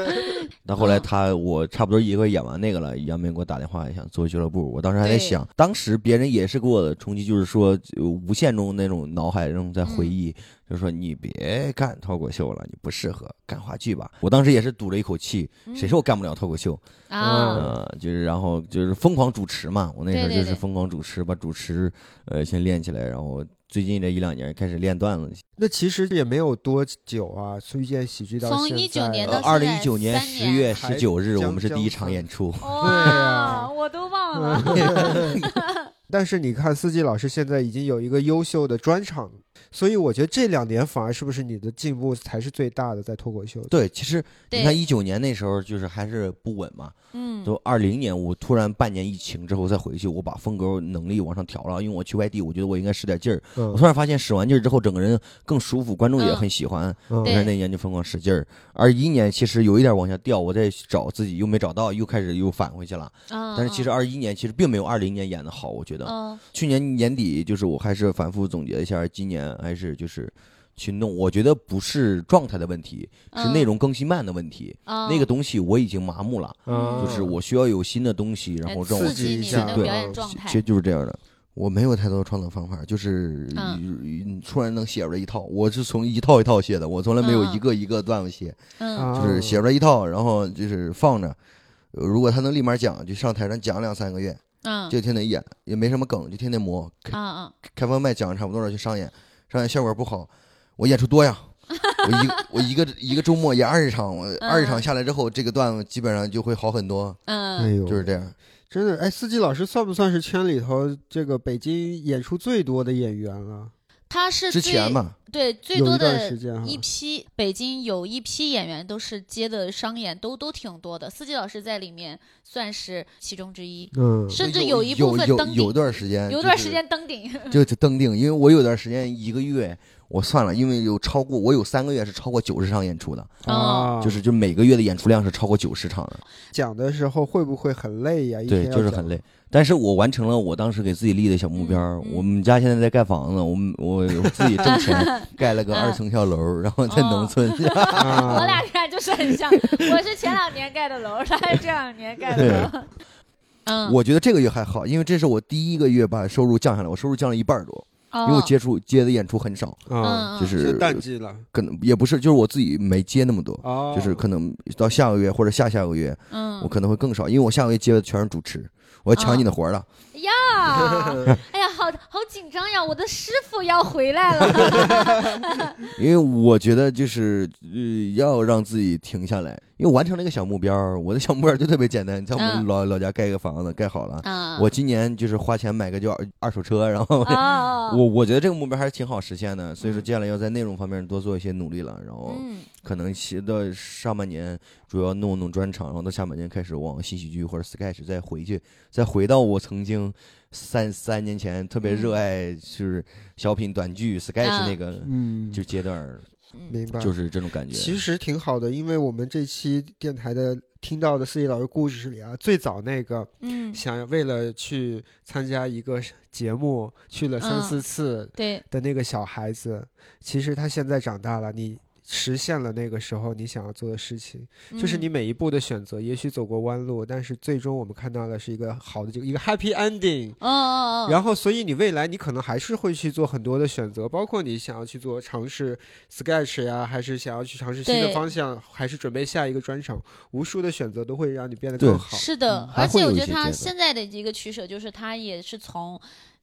Speaker 4: 那
Speaker 3: 嗯
Speaker 4: 后来他我差不多一个演完那个了，杨明给我打电话想做俱乐部，我当时还在
Speaker 3: 对
Speaker 4: 想，当时别人也是给我的冲击，就是说呃无限中那种脑海中在
Speaker 3: 嗯
Speaker 4: 回忆，就说你别干脱口秀了，你不适合干话剧吧。我当时也是赌了一口气，谁说我干不了脱口秀？
Speaker 3: 嗯啊？
Speaker 4: 呃，就是然后就是疯狂主持嘛，我那时候
Speaker 3: 对对
Speaker 4: 就
Speaker 3: 对
Speaker 4: 是疯狂主持，把主持呃先练起来，然后最近这一两年开始练段子，
Speaker 2: 那其实也没有多久啊，遇见喜剧到
Speaker 3: 从
Speaker 2: 现
Speaker 3: 19
Speaker 2: 在
Speaker 3: 年
Speaker 4: 呃，
Speaker 3: 到
Speaker 4: 二
Speaker 3: 现
Speaker 4: 零
Speaker 3: 在
Speaker 4: 一九年
Speaker 3: 三
Speaker 4: 十
Speaker 3: 年
Speaker 4: 月
Speaker 2: 还
Speaker 4: 十九日，
Speaker 2: 将
Speaker 4: 我们是第一
Speaker 2: 将
Speaker 4: 场
Speaker 2: 分
Speaker 4: 演出。
Speaker 2: 啊
Speaker 3: 哇，我都忘
Speaker 2: 嗯
Speaker 3: 了。
Speaker 2: 但是你看，四季老师现在已经有一个优秀的专场，所以我觉得这两年反而是不是你的进步才是最大的，在脱口秀。
Speaker 4: 对，其实你
Speaker 3: 对
Speaker 4: 看一九年那时候就是还是不稳嘛，
Speaker 3: 嗯，
Speaker 4: 都二零年我突然半年疫情之后再回去，我把风格能力往上调了，因为我去外地，我觉得我应该使点劲儿。
Speaker 2: 嗯
Speaker 4: 我突然发现使完劲儿之后，整个人更舒服，观众也
Speaker 3: 嗯
Speaker 4: 很喜欢。
Speaker 2: 嗯
Speaker 4: 我开始那年就疯狂使劲儿。二一年其实有一点往下掉，我在找自己又没找到，又开始又返回去了。
Speaker 3: 但
Speaker 4: 但是其实，二一年其实并没有二零年演的好，我觉得。
Speaker 3: 嗯
Speaker 4: 去年年底就是我还是反复总结一下，今年还是就是去弄，我觉得不是状态的问题，
Speaker 3: 嗯
Speaker 4: 是内容更新慢的问题。那
Speaker 3: 那
Speaker 4: 个东西我已经麻木了，
Speaker 2: 嗯
Speaker 4: 就是我需要有新的东西，然后让我
Speaker 2: 刺
Speaker 3: 嗯刺
Speaker 2: 激一
Speaker 3: 激你
Speaker 2: 下
Speaker 3: 的
Speaker 4: 对
Speaker 3: 表演状态
Speaker 4: 其实。就是这样的。我没有太多创作方法，就是、
Speaker 3: 嗯
Speaker 4: 呃突然能写出来一套，我是从一套一套写的，我从来没有
Speaker 3: 嗯
Speaker 4: 一个一个段子写，
Speaker 3: 嗯
Speaker 2: 啊
Speaker 4: 就是写出来一套，然后就是放着。呃如果他能立马讲，就上台上讲两三个月，
Speaker 3: 嗯
Speaker 4: 就天天演，也没什么梗，就天天磨。开
Speaker 3: 啊啊
Speaker 4: 开放麦讲得差不多了，去上演，上演效果不好，我演出 多呀。我一我一个一个周末演二十场，我
Speaker 3: 嗯
Speaker 4: 二十场下来之后，这个段子基本上就会好很多，
Speaker 2: 哎
Speaker 3: 嗯，
Speaker 2: 呦，
Speaker 4: 就是这样。
Speaker 2: 真的，哎，四季老师算不算是圈里头这个北京演出最多的演员了？
Speaker 3: 他是
Speaker 4: 之
Speaker 3: 最
Speaker 4: 前嘛，
Speaker 3: 对最
Speaker 2: 有
Speaker 3: 多
Speaker 2: 一段
Speaker 3: 的
Speaker 2: 时间哈，
Speaker 4: 嗯
Speaker 3: 一批北京有一批演员都是接的商演，都都挺多的。司机老师在里面算是其中之一，
Speaker 2: 嗯，
Speaker 3: 甚至
Speaker 4: 有
Speaker 3: 一部分
Speaker 4: 有
Speaker 3: 登
Speaker 4: 有有
Speaker 3: 顶，
Speaker 4: 段时间，
Speaker 3: 有段时间登顶。
Speaker 4: 就就登顶，因为我有段时间一个月我算了，因为有超过我有三个月是超过九十场演出的，
Speaker 3: 哦
Speaker 2: 啊，
Speaker 4: 就是就每个月的演出量是超过九十场的，
Speaker 2: 讲的时候会不会很累呀？一
Speaker 4: 对，
Speaker 2: 天要
Speaker 4: 就是
Speaker 2: 讲
Speaker 4: 很累。但是我完成了我当时给自己立的小目标儿。
Speaker 3: 嗯嗯
Speaker 4: 我们家现在在盖房子，我们我我自己挣 钱盖了个
Speaker 3: 嗯
Speaker 4: 二层小楼儿，然后在农
Speaker 3: 哦
Speaker 4: 村。
Speaker 2: 啊，
Speaker 3: 我俩看就是很 像，我是前两年盖的楼，他是这两年盖的楼。嗯，
Speaker 4: 我觉得这个月还好，因为这是我第一个月把收入降下来，我收入降了一半儿多，因为我接触接的演出很少，
Speaker 2: 啊，
Speaker 3: 哦嗯
Speaker 4: 就
Speaker 2: 现在
Speaker 4: 是
Speaker 2: 淡季了
Speaker 4: 可能也不是，就是我自己没接那么多，
Speaker 2: 哦，
Speaker 4: 就是可能到下个月或者下下个月
Speaker 3: 嗯
Speaker 4: 我可能会更少，因为我下个月接的全是主持，我要抢你的活儿了。
Speaker 3: 啊，哎呀，好好紧张呀！我的师傅要回来了。
Speaker 4: 因为我觉得就是呃，要让自己停下来，因为完成了一个小目标儿。我的小目标儿就特别简单，在我们
Speaker 3: 嗯
Speaker 4: 老、老家盖一个房子，盖好了。
Speaker 3: 啊
Speaker 4: 我今年就是花钱买个就二二手车，然后、
Speaker 3: 啊，
Speaker 4: 我我觉得这个目标还是挺好实现的，所以说接下来要在内容方面多做一些努力了，然后
Speaker 3: 嗯
Speaker 4: 可能写到上半年主要弄弄专场，然后到下半年开始往新喜剧或者 sketch 再回去，再回到我曾经三三年前特别
Speaker 3: 嗯
Speaker 4: 热爱就是小品短剧 sketch
Speaker 3: 啊
Speaker 4: 那个
Speaker 2: 嗯，
Speaker 4: 就阶段儿，
Speaker 3: 嗯
Speaker 2: 明白，
Speaker 4: 就是这种感觉。
Speaker 2: 其实挺好的，因为我们这期电台的听到的四季老师故事里啊，最早那个
Speaker 3: 嗯，
Speaker 2: 想要为了去参加一个节目去了三
Speaker 3: 嗯
Speaker 2: 四次
Speaker 3: 对，
Speaker 2: 的那个小孩子，其实他现在长大了，你实现了那个时候你想要做的事情。
Speaker 3: 嗯
Speaker 2: 就是
Speaker 3: 哦
Speaker 2: 你每一步的选择，也许走过弯路，但是最终我们看到的是一个好的这个一个 happy ending。
Speaker 3: 嗯嗯嗯，
Speaker 2: 然后，所以你未来你可能还是会去做很多的选择，包括你想要去做尝试 sketch 呀，还是想要去尝试新的
Speaker 3: 对
Speaker 2: 方向，还是准备下一个专场，无数的选择都会让你变得
Speaker 4: 对
Speaker 2: 更好。
Speaker 3: 是的，
Speaker 4: 嗯还
Speaker 3: 而且
Speaker 4: 会有
Speaker 3: 我
Speaker 4: 一
Speaker 3: 觉得
Speaker 4: 些
Speaker 3: 他
Speaker 4: 阶段
Speaker 3: 现在的一个取舍，就是他也是从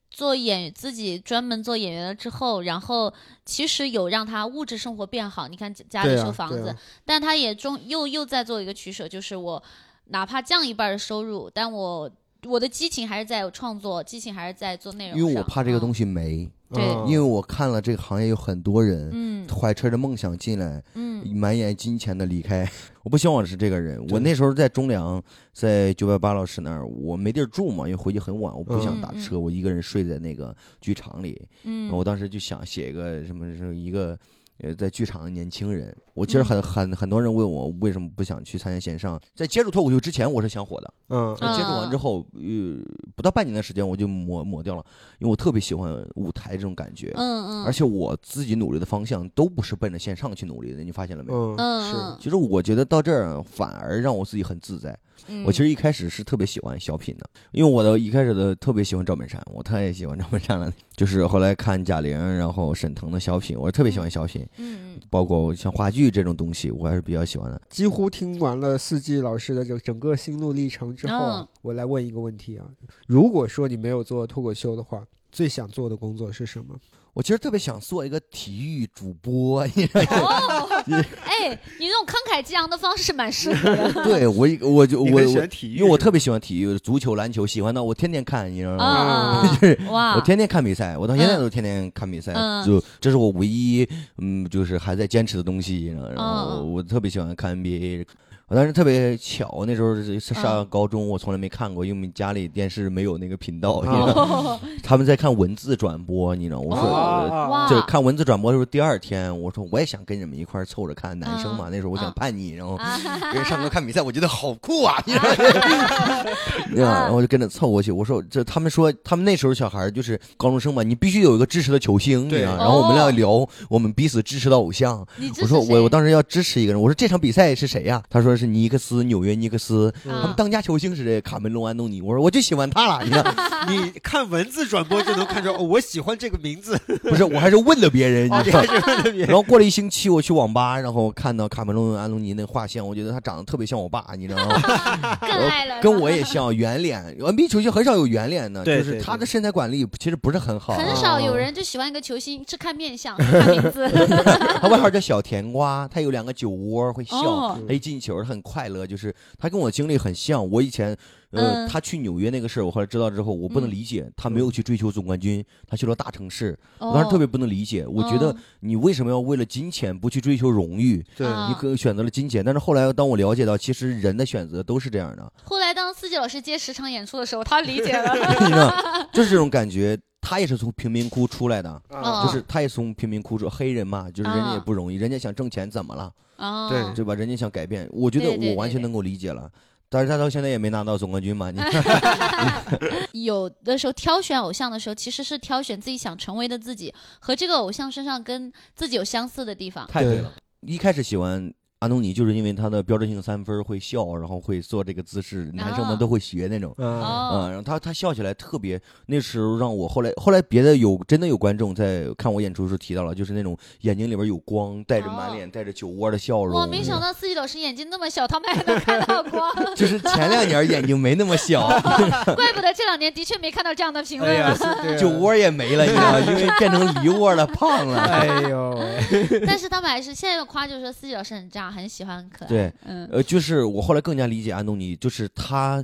Speaker 3: 做演自己专门做演员了之后，然后其实有让他物质生活变好。你看家家
Speaker 2: 对
Speaker 3: 里
Speaker 2: 啊
Speaker 3: 修房
Speaker 2: 对
Speaker 3: 子，
Speaker 2: 啊
Speaker 3: 但他也中又又在做一个取舍，就是我哪怕降一半的收入，但我我的激情还是在创作，激情还是在做内容
Speaker 4: 因为我
Speaker 3: 上
Speaker 4: 怕这个
Speaker 3: 啊
Speaker 4: 东西没，
Speaker 3: 对
Speaker 2: 嗯
Speaker 4: 因为我看了这个行业有很多人
Speaker 3: 嗯
Speaker 4: 怀揣着梦想进来，
Speaker 3: 嗯
Speaker 4: 满眼金钱的 离开，我不希望我是这个人。
Speaker 2: 对
Speaker 4: 我那时候在中粮，在九百八老师那儿，我没地儿住嘛，因为回去很晚，我
Speaker 3: 嗯
Speaker 4: 不想打车，我一个人睡在那个剧场里。然后
Speaker 3: 嗯
Speaker 4: 我当时就想写一个什么什么一个。呃，在剧场的年轻人，我
Speaker 3: 嗯
Speaker 4: 其实很很很多人问我为什么不想去参加线上。在接触脱口秀之前，我是想火的。
Speaker 2: 嗯
Speaker 4: 那接触完
Speaker 3: 啊
Speaker 4: 之后，呃，不到半年的时间，我就抹抹掉了，因为我特别喜欢舞台这种感觉。
Speaker 3: 嗯嗯，
Speaker 4: 而且我自己努力的方向都不是奔着线上去努力的，你发现了没有？
Speaker 2: 嗯
Speaker 3: 嗯
Speaker 4: 其实我觉得到这儿反而让我自己很自在。
Speaker 3: 嗯
Speaker 4: 我其实一开始是特别喜欢小品的，因为我的一开始的特别喜欢赵本山，我太喜欢赵本山了。就是后来看贾玲，然后沈腾的小品，我是特别喜欢小品，
Speaker 3: 嗯嗯
Speaker 4: 包括像话剧这种东西，我还是比较喜欢的。
Speaker 2: 几乎听完了四季老师的整整个心路历程之后啊，我来问一个问题啊：如果说你没有做脱口秀的话，最想做的工作是什么？
Speaker 4: 我其实特别想做一个体育主播， 你知道吗
Speaker 3: 哦， 哎，你这种慷慨激昂的方式蛮适合 的。
Speaker 4: 对我一我就我我，
Speaker 2: 体
Speaker 4: 因为我特别喜欢体育，足球、篮球，喜欢到我天天 看，你知道吗？
Speaker 3: 啊，哇！
Speaker 4: 我天天看比赛，我到现在
Speaker 3: 嗯
Speaker 4: 都天天看比赛，
Speaker 3: 嗯
Speaker 4: 就这是我唯一嗯，就是还在坚持的东西。然后然后我
Speaker 3: 嗯
Speaker 4: 我特别喜欢看 NBA，我当时特别巧，那时候是上
Speaker 3: 嗯
Speaker 4: 高中，我从来没看过，因为我们家里电视没有那个频道，
Speaker 2: 啊
Speaker 4: 你知道
Speaker 3: 哦
Speaker 4: 他们在看文字转播，你知道，我说。
Speaker 3: 哦 哇
Speaker 4: 就看文字转播的时候，第二天我说我也想跟你们一块儿凑着看，男生嘛，那时候我想
Speaker 3: 嗯
Speaker 4: 叛逆，然后
Speaker 3: 啊 哈 哈
Speaker 4: 跟上哥看比赛，我觉得好酷 啊！你知道吗对吧？然后我就跟着凑过去，我说这他们说他们那时候小孩儿就是高中生嘛，你必须有一个支持的球星，你知道吗
Speaker 2: 对
Speaker 4: 然后我们
Speaker 3: 哦
Speaker 4: 要聊我们彼此支持的偶像。
Speaker 3: 你这是
Speaker 4: 我说我
Speaker 3: 谁
Speaker 4: 我当时要支持一个人，我说这场比赛是谁呀？他说是尼克斯，纽约尼克斯。
Speaker 2: 嗯
Speaker 4: 他们
Speaker 3: 啊
Speaker 4: 当家球星是这卡梅隆·安东尼，我说我就喜欢他了，你看，
Speaker 2: 你看文字转播就能看出，哦我喜欢这个名字。
Speaker 4: 不是我还是问了别人，哦你知道吗，
Speaker 2: 特别
Speaker 4: 然后过了一星期，我去网吧，然后看到卡梅隆·安东尼那画像，我觉得他长得特别像我爸，你知道吗？
Speaker 3: 更爱 了，
Speaker 4: 跟我也像圆脸，NBA 球星很少有圆脸的，
Speaker 2: 对
Speaker 4: 就
Speaker 2: 对
Speaker 4: 是
Speaker 2: 对
Speaker 4: 他的身材管理其实不是很好，
Speaker 3: 很少有人就喜欢一个球星，只看面 相，看名字。
Speaker 4: 他外号叫小甜瓜，他有两个酒窝，会笑。
Speaker 3: 哦
Speaker 4: 他一进球很快乐，就是他跟我经历很像。我以前，呃，
Speaker 3: 嗯
Speaker 4: 他去纽约那个事儿，我后来知道之后，我不能理解，他没有去追求总冠军，他去了大城市，我当时特别不能理解。我觉得
Speaker 3: 哦
Speaker 4: 你为什么要为了金钱不去追求荣誉？
Speaker 2: 对
Speaker 4: 你
Speaker 3: 啊
Speaker 4: 可选择了金钱，但是后来当我了解到，其实人的选择都是这样的，
Speaker 3: 后来当四季老师接十场演出的时候，他理解 了。
Speaker 4: 你知道，就是这种感觉。他也是从贫民窟出来的，
Speaker 3: 啊
Speaker 4: 就是他也从贫民窟出，黑人嘛，就是人家也
Speaker 3: 啊
Speaker 4: 不容易，人家想挣钱怎么了，
Speaker 3: 啊，
Speaker 2: 对
Speaker 4: 对吧？人家想改变，我觉得
Speaker 3: 对对
Speaker 4: 我完
Speaker 3: 对
Speaker 4: 全
Speaker 3: 对
Speaker 4: 能够理解了。但是他到现在也没拿到总冠 军嘛，你
Speaker 3: 有的时候挑选偶像的时候，其实是挑选自己想成为的自己和这个偶像身上跟自己有相似的地方。
Speaker 4: 太
Speaker 2: 对
Speaker 4: 对了。一开始喜欢安东尼，就是因为他的标志性三分会笑，然后会做这个姿势，男生们
Speaker 3: 啊
Speaker 4: 都会学那种。
Speaker 2: 啊，
Speaker 4: 啊、
Speaker 3: 哦，
Speaker 4: 然后他他笑起来特别，那时候让我后来后来别的有真的有观众在看我演出的时候提到了，就是那种眼睛里边有光，带着满
Speaker 3: 哦
Speaker 4: 脸带着酒窝的笑容。
Speaker 3: 我没想到四季老师眼睛那么小，他们还能看到 光，
Speaker 4: 就是前两年眼睛没那么小，
Speaker 3: 怪不得这两年的确没看到这样的评
Speaker 2: 哎
Speaker 3: 论
Speaker 2: 呀
Speaker 3: 了。，
Speaker 2: 对啊
Speaker 4: 酒。窝也没 了，你知道吗，因为变成梨窝了，胖了。
Speaker 2: 哎呦喂，
Speaker 3: 但是他们还是现在夸就是说四季老师很炸，很喜欢，很可爱。
Speaker 4: 对，
Speaker 3: 嗯，
Speaker 4: 呃，就是我后来更加理解安东尼，就是他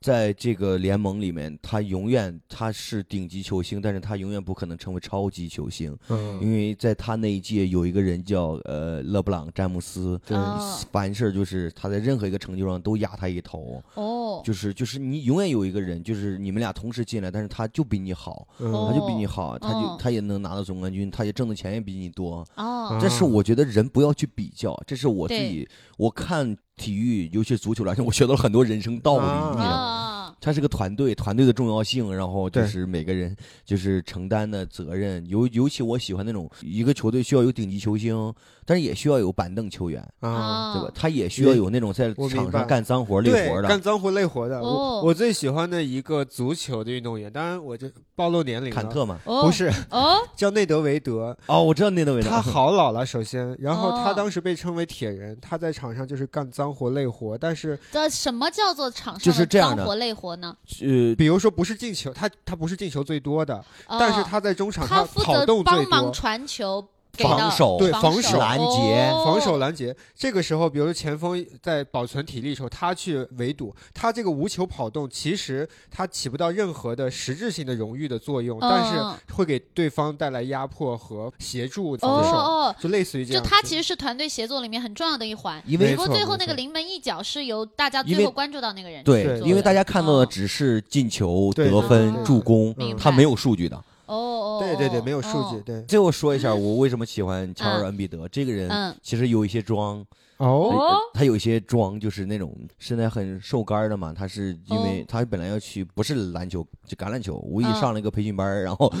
Speaker 4: 在这个联盟里面，他永远他是顶级球星，但是他永远不可能成为超级球星，
Speaker 2: 嗯
Speaker 4: 因为在他那一届有一个人叫呃勒布朗詹姆斯，
Speaker 2: 对
Speaker 3: 哦
Speaker 4: 凡事就是他在任何一个成就上都压他一头，
Speaker 3: 哦，
Speaker 4: 就是就是你永远有一个人，就是你们俩同时进来，但是他就比你好，他
Speaker 2: 嗯
Speaker 3: 哦
Speaker 4: 就比你好，他就
Speaker 3: 哦
Speaker 4: 他也能拿到总冠军，他也挣的钱也比你多，
Speaker 3: 哦，
Speaker 2: 啊
Speaker 4: 这是我觉得人不要去比较，这是我自
Speaker 3: 对
Speaker 4: 己我看体育，尤其是足球来说，我学到了很多人生道理，
Speaker 2: 啊
Speaker 4: 你知道吗？
Speaker 3: 啊，
Speaker 4: 它是个团队，团队的重要性，然后就
Speaker 2: 对
Speaker 4: 是每个人就是承担的责任。尤尤其我喜欢那种一个球队需要有顶级球星，但是也需要有板凳球员，
Speaker 2: 啊，
Speaker 4: 对
Speaker 3: 啊
Speaker 4: 吧？他也需要有那种在
Speaker 2: 我明
Speaker 4: 场
Speaker 2: 白
Speaker 4: 上干脏活累
Speaker 2: 对，
Speaker 4: 活的
Speaker 2: 干，脏活累活的。
Speaker 3: 哦
Speaker 2: 我我最喜欢的一个足球的运动员，当然我这暴露年龄了，
Speaker 4: 坎特嘛。
Speaker 3: 哦，
Speaker 2: 不是
Speaker 3: 哦，
Speaker 2: 叫内德维德，
Speaker 4: 哦，我知道那个味道。
Speaker 2: 他好老了，首先，然后
Speaker 3: 哦
Speaker 2: 他当时被称为铁人，他在场上就是干脏活累活，但是
Speaker 3: 这什么叫做场
Speaker 4: 就
Speaker 3: 上
Speaker 4: 是
Speaker 3: 的
Speaker 4: 这样
Speaker 3: 脏
Speaker 4: 的
Speaker 3: 活累活呢？
Speaker 4: 呃，
Speaker 2: 比如说不是进球，他他不是进球最多的，但是
Speaker 3: 哦
Speaker 2: 他在中场
Speaker 3: 他
Speaker 2: 上
Speaker 3: 负
Speaker 2: 跑
Speaker 3: 责
Speaker 2: 动最
Speaker 3: 帮忙
Speaker 2: 多，
Speaker 3: 传球，给到
Speaker 4: 防守
Speaker 2: 对
Speaker 3: 防
Speaker 2: 防守
Speaker 4: 拦截
Speaker 3: 哦
Speaker 2: 防守拦截。这个时候，比如说前锋在保存体力的时候，他去围堵，他这个无球跑动，其实他起不到任何的实质性的荣誉的作用，但
Speaker 3: 嗯
Speaker 2: 是会给对方带来压迫和协助
Speaker 3: 哦
Speaker 2: 防守，
Speaker 3: 哦，
Speaker 2: 就类似于这
Speaker 3: 就
Speaker 2: 样子。
Speaker 3: 他其实是团队协作里面很重要的一环。
Speaker 4: 因
Speaker 2: 没
Speaker 4: 为
Speaker 3: 不过
Speaker 2: 错
Speaker 3: 最
Speaker 2: 没
Speaker 3: 后那个
Speaker 2: 错
Speaker 3: 临门一脚是由大家
Speaker 4: 因
Speaker 3: 最
Speaker 4: 为
Speaker 3: 后关注到那个人去
Speaker 4: 对
Speaker 3: 做，
Speaker 4: 因为
Speaker 3: 的
Speaker 4: 大家看到的
Speaker 3: 哦
Speaker 4: 只是进球、
Speaker 2: 对
Speaker 4: 得分、
Speaker 2: 对
Speaker 4: 助攻，
Speaker 2: 明
Speaker 4: 他
Speaker 3: 白
Speaker 4: 没有数据的。
Speaker 3: 哦哦，
Speaker 2: 对对对，没有数
Speaker 3: 哦
Speaker 2: 据，。对
Speaker 4: 最后说一下，我为什么喜欢乔尔·恩比德这个人。
Speaker 3: 嗯，
Speaker 4: 其实有一些装，
Speaker 2: 哦
Speaker 3: 哦
Speaker 4: 他有一些装就是那种身材很瘦杆儿的嘛，他是因为他本来要去不是篮球，就橄榄球，无意
Speaker 3: 嗯
Speaker 4: 上了一个培训班儿，然后
Speaker 3: 哦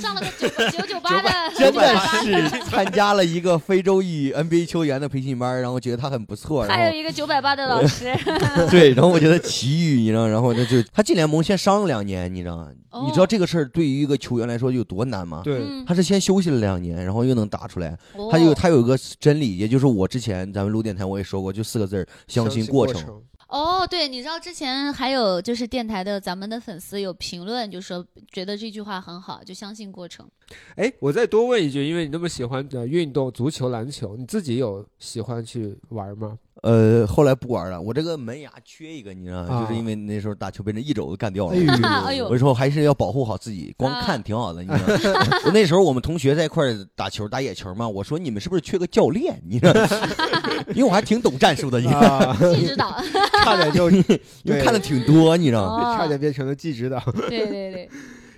Speaker 3: 上了个九九九八的，
Speaker 4: 真的是参加了一个非洲裔 NBA 球员的培训班儿，然后觉得他很不错，然
Speaker 3: 还有
Speaker 4: 后
Speaker 3: 一个九百八的老师，
Speaker 4: 对，然后我觉得奇遇，你知道，然后他就他进联盟先伤了两年，你知道吗，
Speaker 3: 哦
Speaker 4: 你知道这个事儿对于一个球员来说有多难吗？
Speaker 2: 对，
Speaker 3: 嗯
Speaker 4: 他是先休息了两年，然后又能打出来。
Speaker 3: 哦
Speaker 4: 他有他有一个真理，也就是我之前咱们录电台我也说过，就四个字儿：相信过程。
Speaker 2: 程。
Speaker 3: 哦，对，你知道之前还有就是电台的咱们的粉丝有评论，就说觉得这句话很好，就相信过程。
Speaker 2: 哎，我再多问一句，因为你那么喜欢呃运动，足球、篮球，你自己有喜欢去玩吗？
Speaker 4: 呃，后来不玩了，我这个门牙缺一个，你知道吗？
Speaker 2: 啊
Speaker 4: 就是因为那时候打球被人一肘子干掉了。
Speaker 3: 哎呦啊
Speaker 4: 我说还是要保护好自己，光看挺好的。你知道， 我那时候我们同学在一块儿打球打野球嘛，我说你们是不是缺个教练？你知道， 因为我还挺懂战术的，
Speaker 3: 哎
Speaker 4: 你知道，
Speaker 2: 啊，
Speaker 3: 谁知道？
Speaker 4: 啊
Speaker 2: 差点就
Speaker 4: 因为
Speaker 2: 对
Speaker 4: 看的挺多，你知道。
Speaker 3: 哦
Speaker 2: 差点变成了季指导。
Speaker 3: 对对对，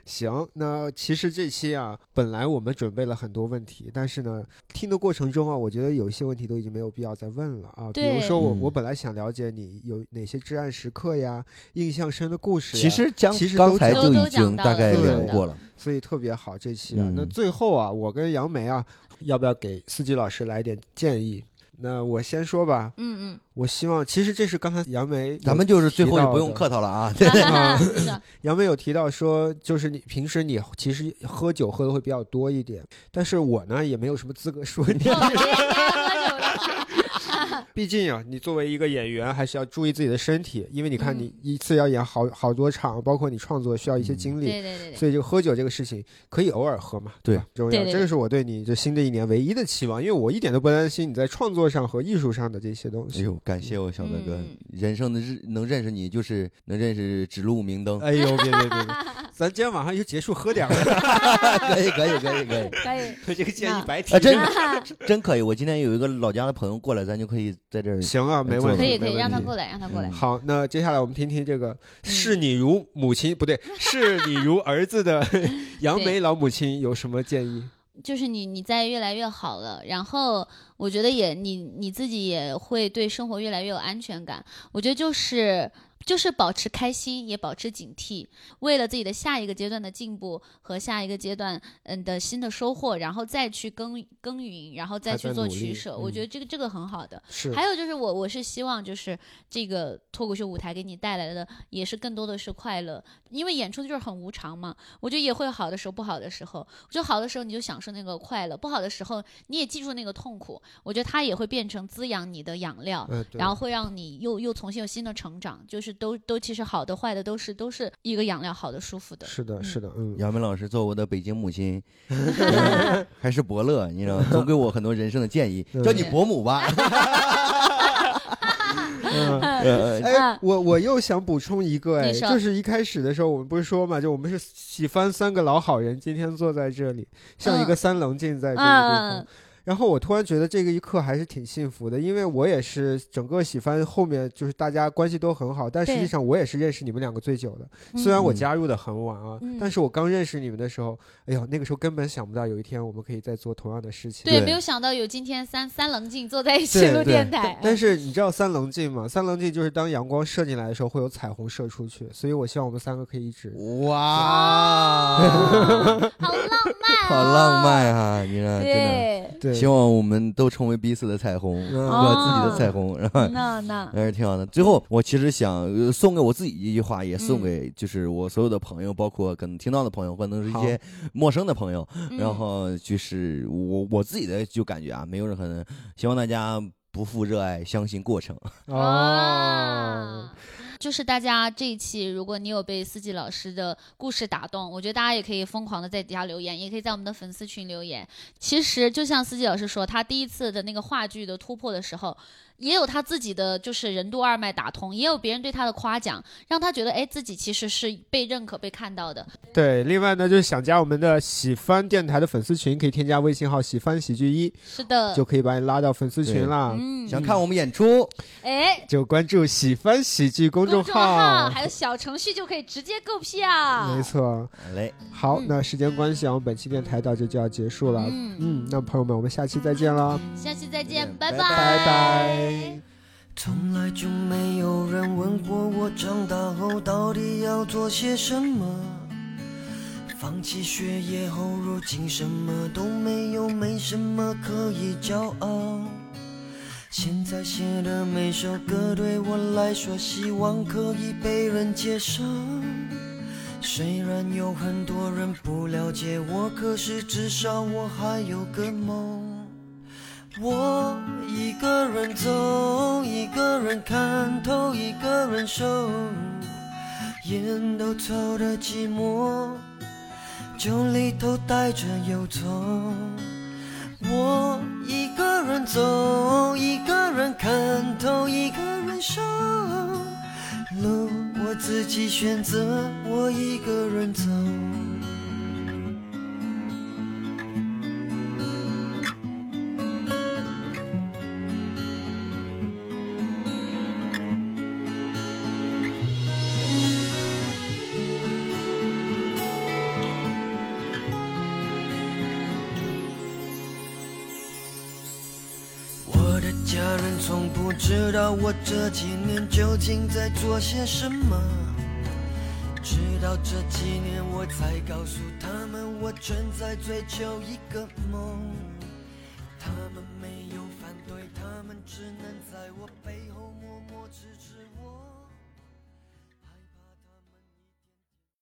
Speaker 2: 行，那其实这期啊，本来我们准备了很多问题，但是呢，听的过程中啊，我觉得有一些问题都已经没有必要再问了啊。比如
Speaker 3: 对
Speaker 2: 说我，
Speaker 4: 嗯
Speaker 2: 我本来想了解你有哪些至暗时刻呀，印象深的故事呀，
Speaker 4: 其实讲
Speaker 2: 其实都
Speaker 4: 刚才
Speaker 2: 讲
Speaker 4: 就
Speaker 3: 都
Speaker 4: 已
Speaker 3: 都
Speaker 4: 经
Speaker 3: 讲到
Speaker 4: 大
Speaker 3: 了
Speaker 4: 概
Speaker 2: 都
Speaker 4: 聊
Speaker 2: 讲到
Speaker 4: 过了，
Speaker 2: 所以特别好这期啊。那
Speaker 4: 嗯
Speaker 2: 最后啊，我跟杨梅啊，要不要给司机老师来点建议？那我先说吧，
Speaker 3: 嗯
Speaker 2: 我希望其实这是刚才杨梅，
Speaker 4: 咱们就是最后就不
Speaker 2: 提到
Speaker 4: 用
Speaker 2: 的
Speaker 4: 客套了啊。
Speaker 3: 嗯，哈哈 是的
Speaker 2: 杨梅有提到说，就是你平时你其实喝酒喝的会比较多一点，但是我呢也没有什么资格说你，
Speaker 3: 我没有喝酒的
Speaker 2: 毕竟啊，你作为一个演员，还是要注意自己的身体，因为你看
Speaker 3: 嗯
Speaker 2: 你一次要演好好多场，包括你创作需要一
Speaker 4: 嗯
Speaker 2: 些精力。
Speaker 3: 对对对对。
Speaker 2: 所以，这个喝酒这个事情可以偶尔喝嘛，
Speaker 4: 对
Speaker 2: 吧？重要，
Speaker 3: 对对对
Speaker 2: 这个是我对你这新的一年唯一的期望，因为我一点都不担心你在创作上和艺术上的这些东
Speaker 4: 哎
Speaker 2: 西。
Speaker 4: 呦，感谢我小德哥
Speaker 3: 嗯，
Speaker 4: 人生的日能认识你，就是能认识指路 明灯。
Speaker 2: 哎呦，别别别别，咱今天晚上就结束喝点了，
Speaker 4: 可以，可以，可以，可以。
Speaker 3: 可以，
Speaker 2: 这个建议白提
Speaker 4: 啊，
Speaker 2: 了。
Speaker 4: 真真可以！我今天有一个老家的朋友过来，咱就可以在这儿。
Speaker 2: 行啊，没
Speaker 4: 没
Speaker 2: 问
Speaker 4: 错
Speaker 3: 可
Speaker 2: 题，
Speaker 3: 以，可
Speaker 2: 没
Speaker 3: 以，
Speaker 2: 问
Speaker 3: 让他
Speaker 2: 题
Speaker 3: 过来，让他过来
Speaker 4: 嗯。
Speaker 2: 好，那接下来我们听听这
Speaker 3: 嗯
Speaker 2: 个视你如母亲、不对，视你如儿子 的杨梅老母亲有什么建议？
Speaker 3: 就是你，你在越来越好了，然后我觉得也你你自己也会对生活越来越有安全感。我觉得就是就是保持开心，也保持警惕，为了自己的下一个阶段的进步和下一个阶段嗯的新的收获，然后再去耕耕耘，然后再
Speaker 2: 还
Speaker 3: 去
Speaker 2: 在
Speaker 3: 做
Speaker 2: 努力
Speaker 3: 取舍。我
Speaker 2: 嗯
Speaker 3: 觉得这个这个很好的。
Speaker 2: 是
Speaker 3: 还有就是我我是希望就是这个脱口秀舞台给你带来的也是更多的是快乐，因为演出就是很无常嘛。我觉得也会有好的时候，不好的时候。我觉得好的时候你就享受那个快乐，不好的时候你也记住那个痛苦。我觉得它也会变成滋养你的养料。
Speaker 2: 嗯，对
Speaker 3: 然后会让你又又重新有新的成长，就是都都其实好的坏的都是都是一个养料，好的舒服的。
Speaker 2: 是的，是的， 嗯，
Speaker 4: 杨梅老师做我的北京母亲，还是伯乐，你知道，总给我很多人生的建议
Speaker 2: 嗯，
Speaker 4: 叫你伯母吧。
Speaker 2: 嗯
Speaker 4: 呃
Speaker 2: 哎，我我又想补充一个，哎，
Speaker 3: 你说
Speaker 2: 就是一开始的时候我们不是说嘛，就我们是喜欢三个老好人，今天坐在这里，像一个三棱镜在这个地
Speaker 3: 嗯
Speaker 2: 方
Speaker 3: 嗯。
Speaker 2: 然后我突然觉得这个一刻还是挺幸福的，因为我也是整个喜番后面就是大家关系都很好，但实际
Speaker 1: 对
Speaker 2: 上我也是认识你们两个最久的。虽然我
Speaker 4: 嗯
Speaker 2: 加入的很晚啊，
Speaker 1: 嗯
Speaker 2: 但是我刚认识你们的时候，哎呦，那个时候根本想不到有一天我们可以再做同样的事情。
Speaker 4: 对
Speaker 3: 对，没有想到有今天三三棱镜坐在一起
Speaker 2: 对
Speaker 3: 录
Speaker 2: 对
Speaker 3: 电台，
Speaker 2: 但是你知道三棱镜吗？三棱镜就是当阳光射进来的时候，会有彩虹射出去，所以我希望我们三个可以一直。
Speaker 4: 哇，
Speaker 1: 好浪漫、哦，
Speaker 4: 好浪。漫啊！你看，真
Speaker 3: 对，
Speaker 2: 对
Speaker 4: 的，希望我们都成为彼此的彩虹，
Speaker 2: 嗯
Speaker 4: 我自己的彩虹，然后
Speaker 3: 那那
Speaker 4: 还是挺好的。最后，我其实想呃送给我自己一句话，
Speaker 3: 嗯
Speaker 4: 也送给就是我所有的朋友，包括可能听到的朋友，或者是一些陌生的朋友。嗯
Speaker 3: 嗯
Speaker 4: 然后就是我我自己的就感觉啊，没有任何人，希望大家不负热爱，相信过程。
Speaker 2: 哦，
Speaker 3: 啊，就是大家这一期，如果你有被四季老师的故事打动，我觉得大家也可以疯狂的在底下留言，也可以在我们的粉丝群留言。其实就像四季老师说，他第一次的那个话剧的突破的时候，也有他自己的就是任督二脉打通，也有别人对他的夸奖，让他觉得哎自己其实是被认可、被看到的。
Speaker 2: 对，另外呢，就是想加我们的喜番电台的粉丝群，可以添加微信号“喜番喜剧一
Speaker 3: 是”，的，
Speaker 2: 就可以把你拉到粉丝群啦。
Speaker 3: 呃嗯，
Speaker 4: 想看我们演出，嗯
Speaker 3: 哎，
Speaker 2: 就关注“喜番喜剧”公
Speaker 3: 公
Speaker 2: 众
Speaker 3: 众号还有小程序就可以直接购票。
Speaker 2: 没错。
Speaker 4: 好嘞，
Speaker 2: 好，
Speaker 3: 嗯
Speaker 2: 那时间关系啊，我们本期电台到这就要结束了。
Speaker 3: 嗯，
Speaker 2: 嗯，那朋友们，我们下期再见啦，
Speaker 3: 下期再见，
Speaker 4: 拜
Speaker 3: 拜
Speaker 2: 拜拜。
Speaker 5: 从来就没有人问过我长大后到底要做些什么。放弃学业后，如今什么都没有，没什么可以骄傲。现在写的每首歌对我来说，希望可以被人接受。虽然有很多人不了解我，可是至少我还有个梦。我一个人走，一个人看透，一个人受，眼都透的寂寞，酒里头带着忧愁。我一个人走，一个人看透，一个人受，路我自己选择，我一个人走。我的家人从不知道我这几年究竟在做些什么，直到这几年我才告诉他们，我正在追求一个梦。他们没有反对，他们只能在我背后默默支持我。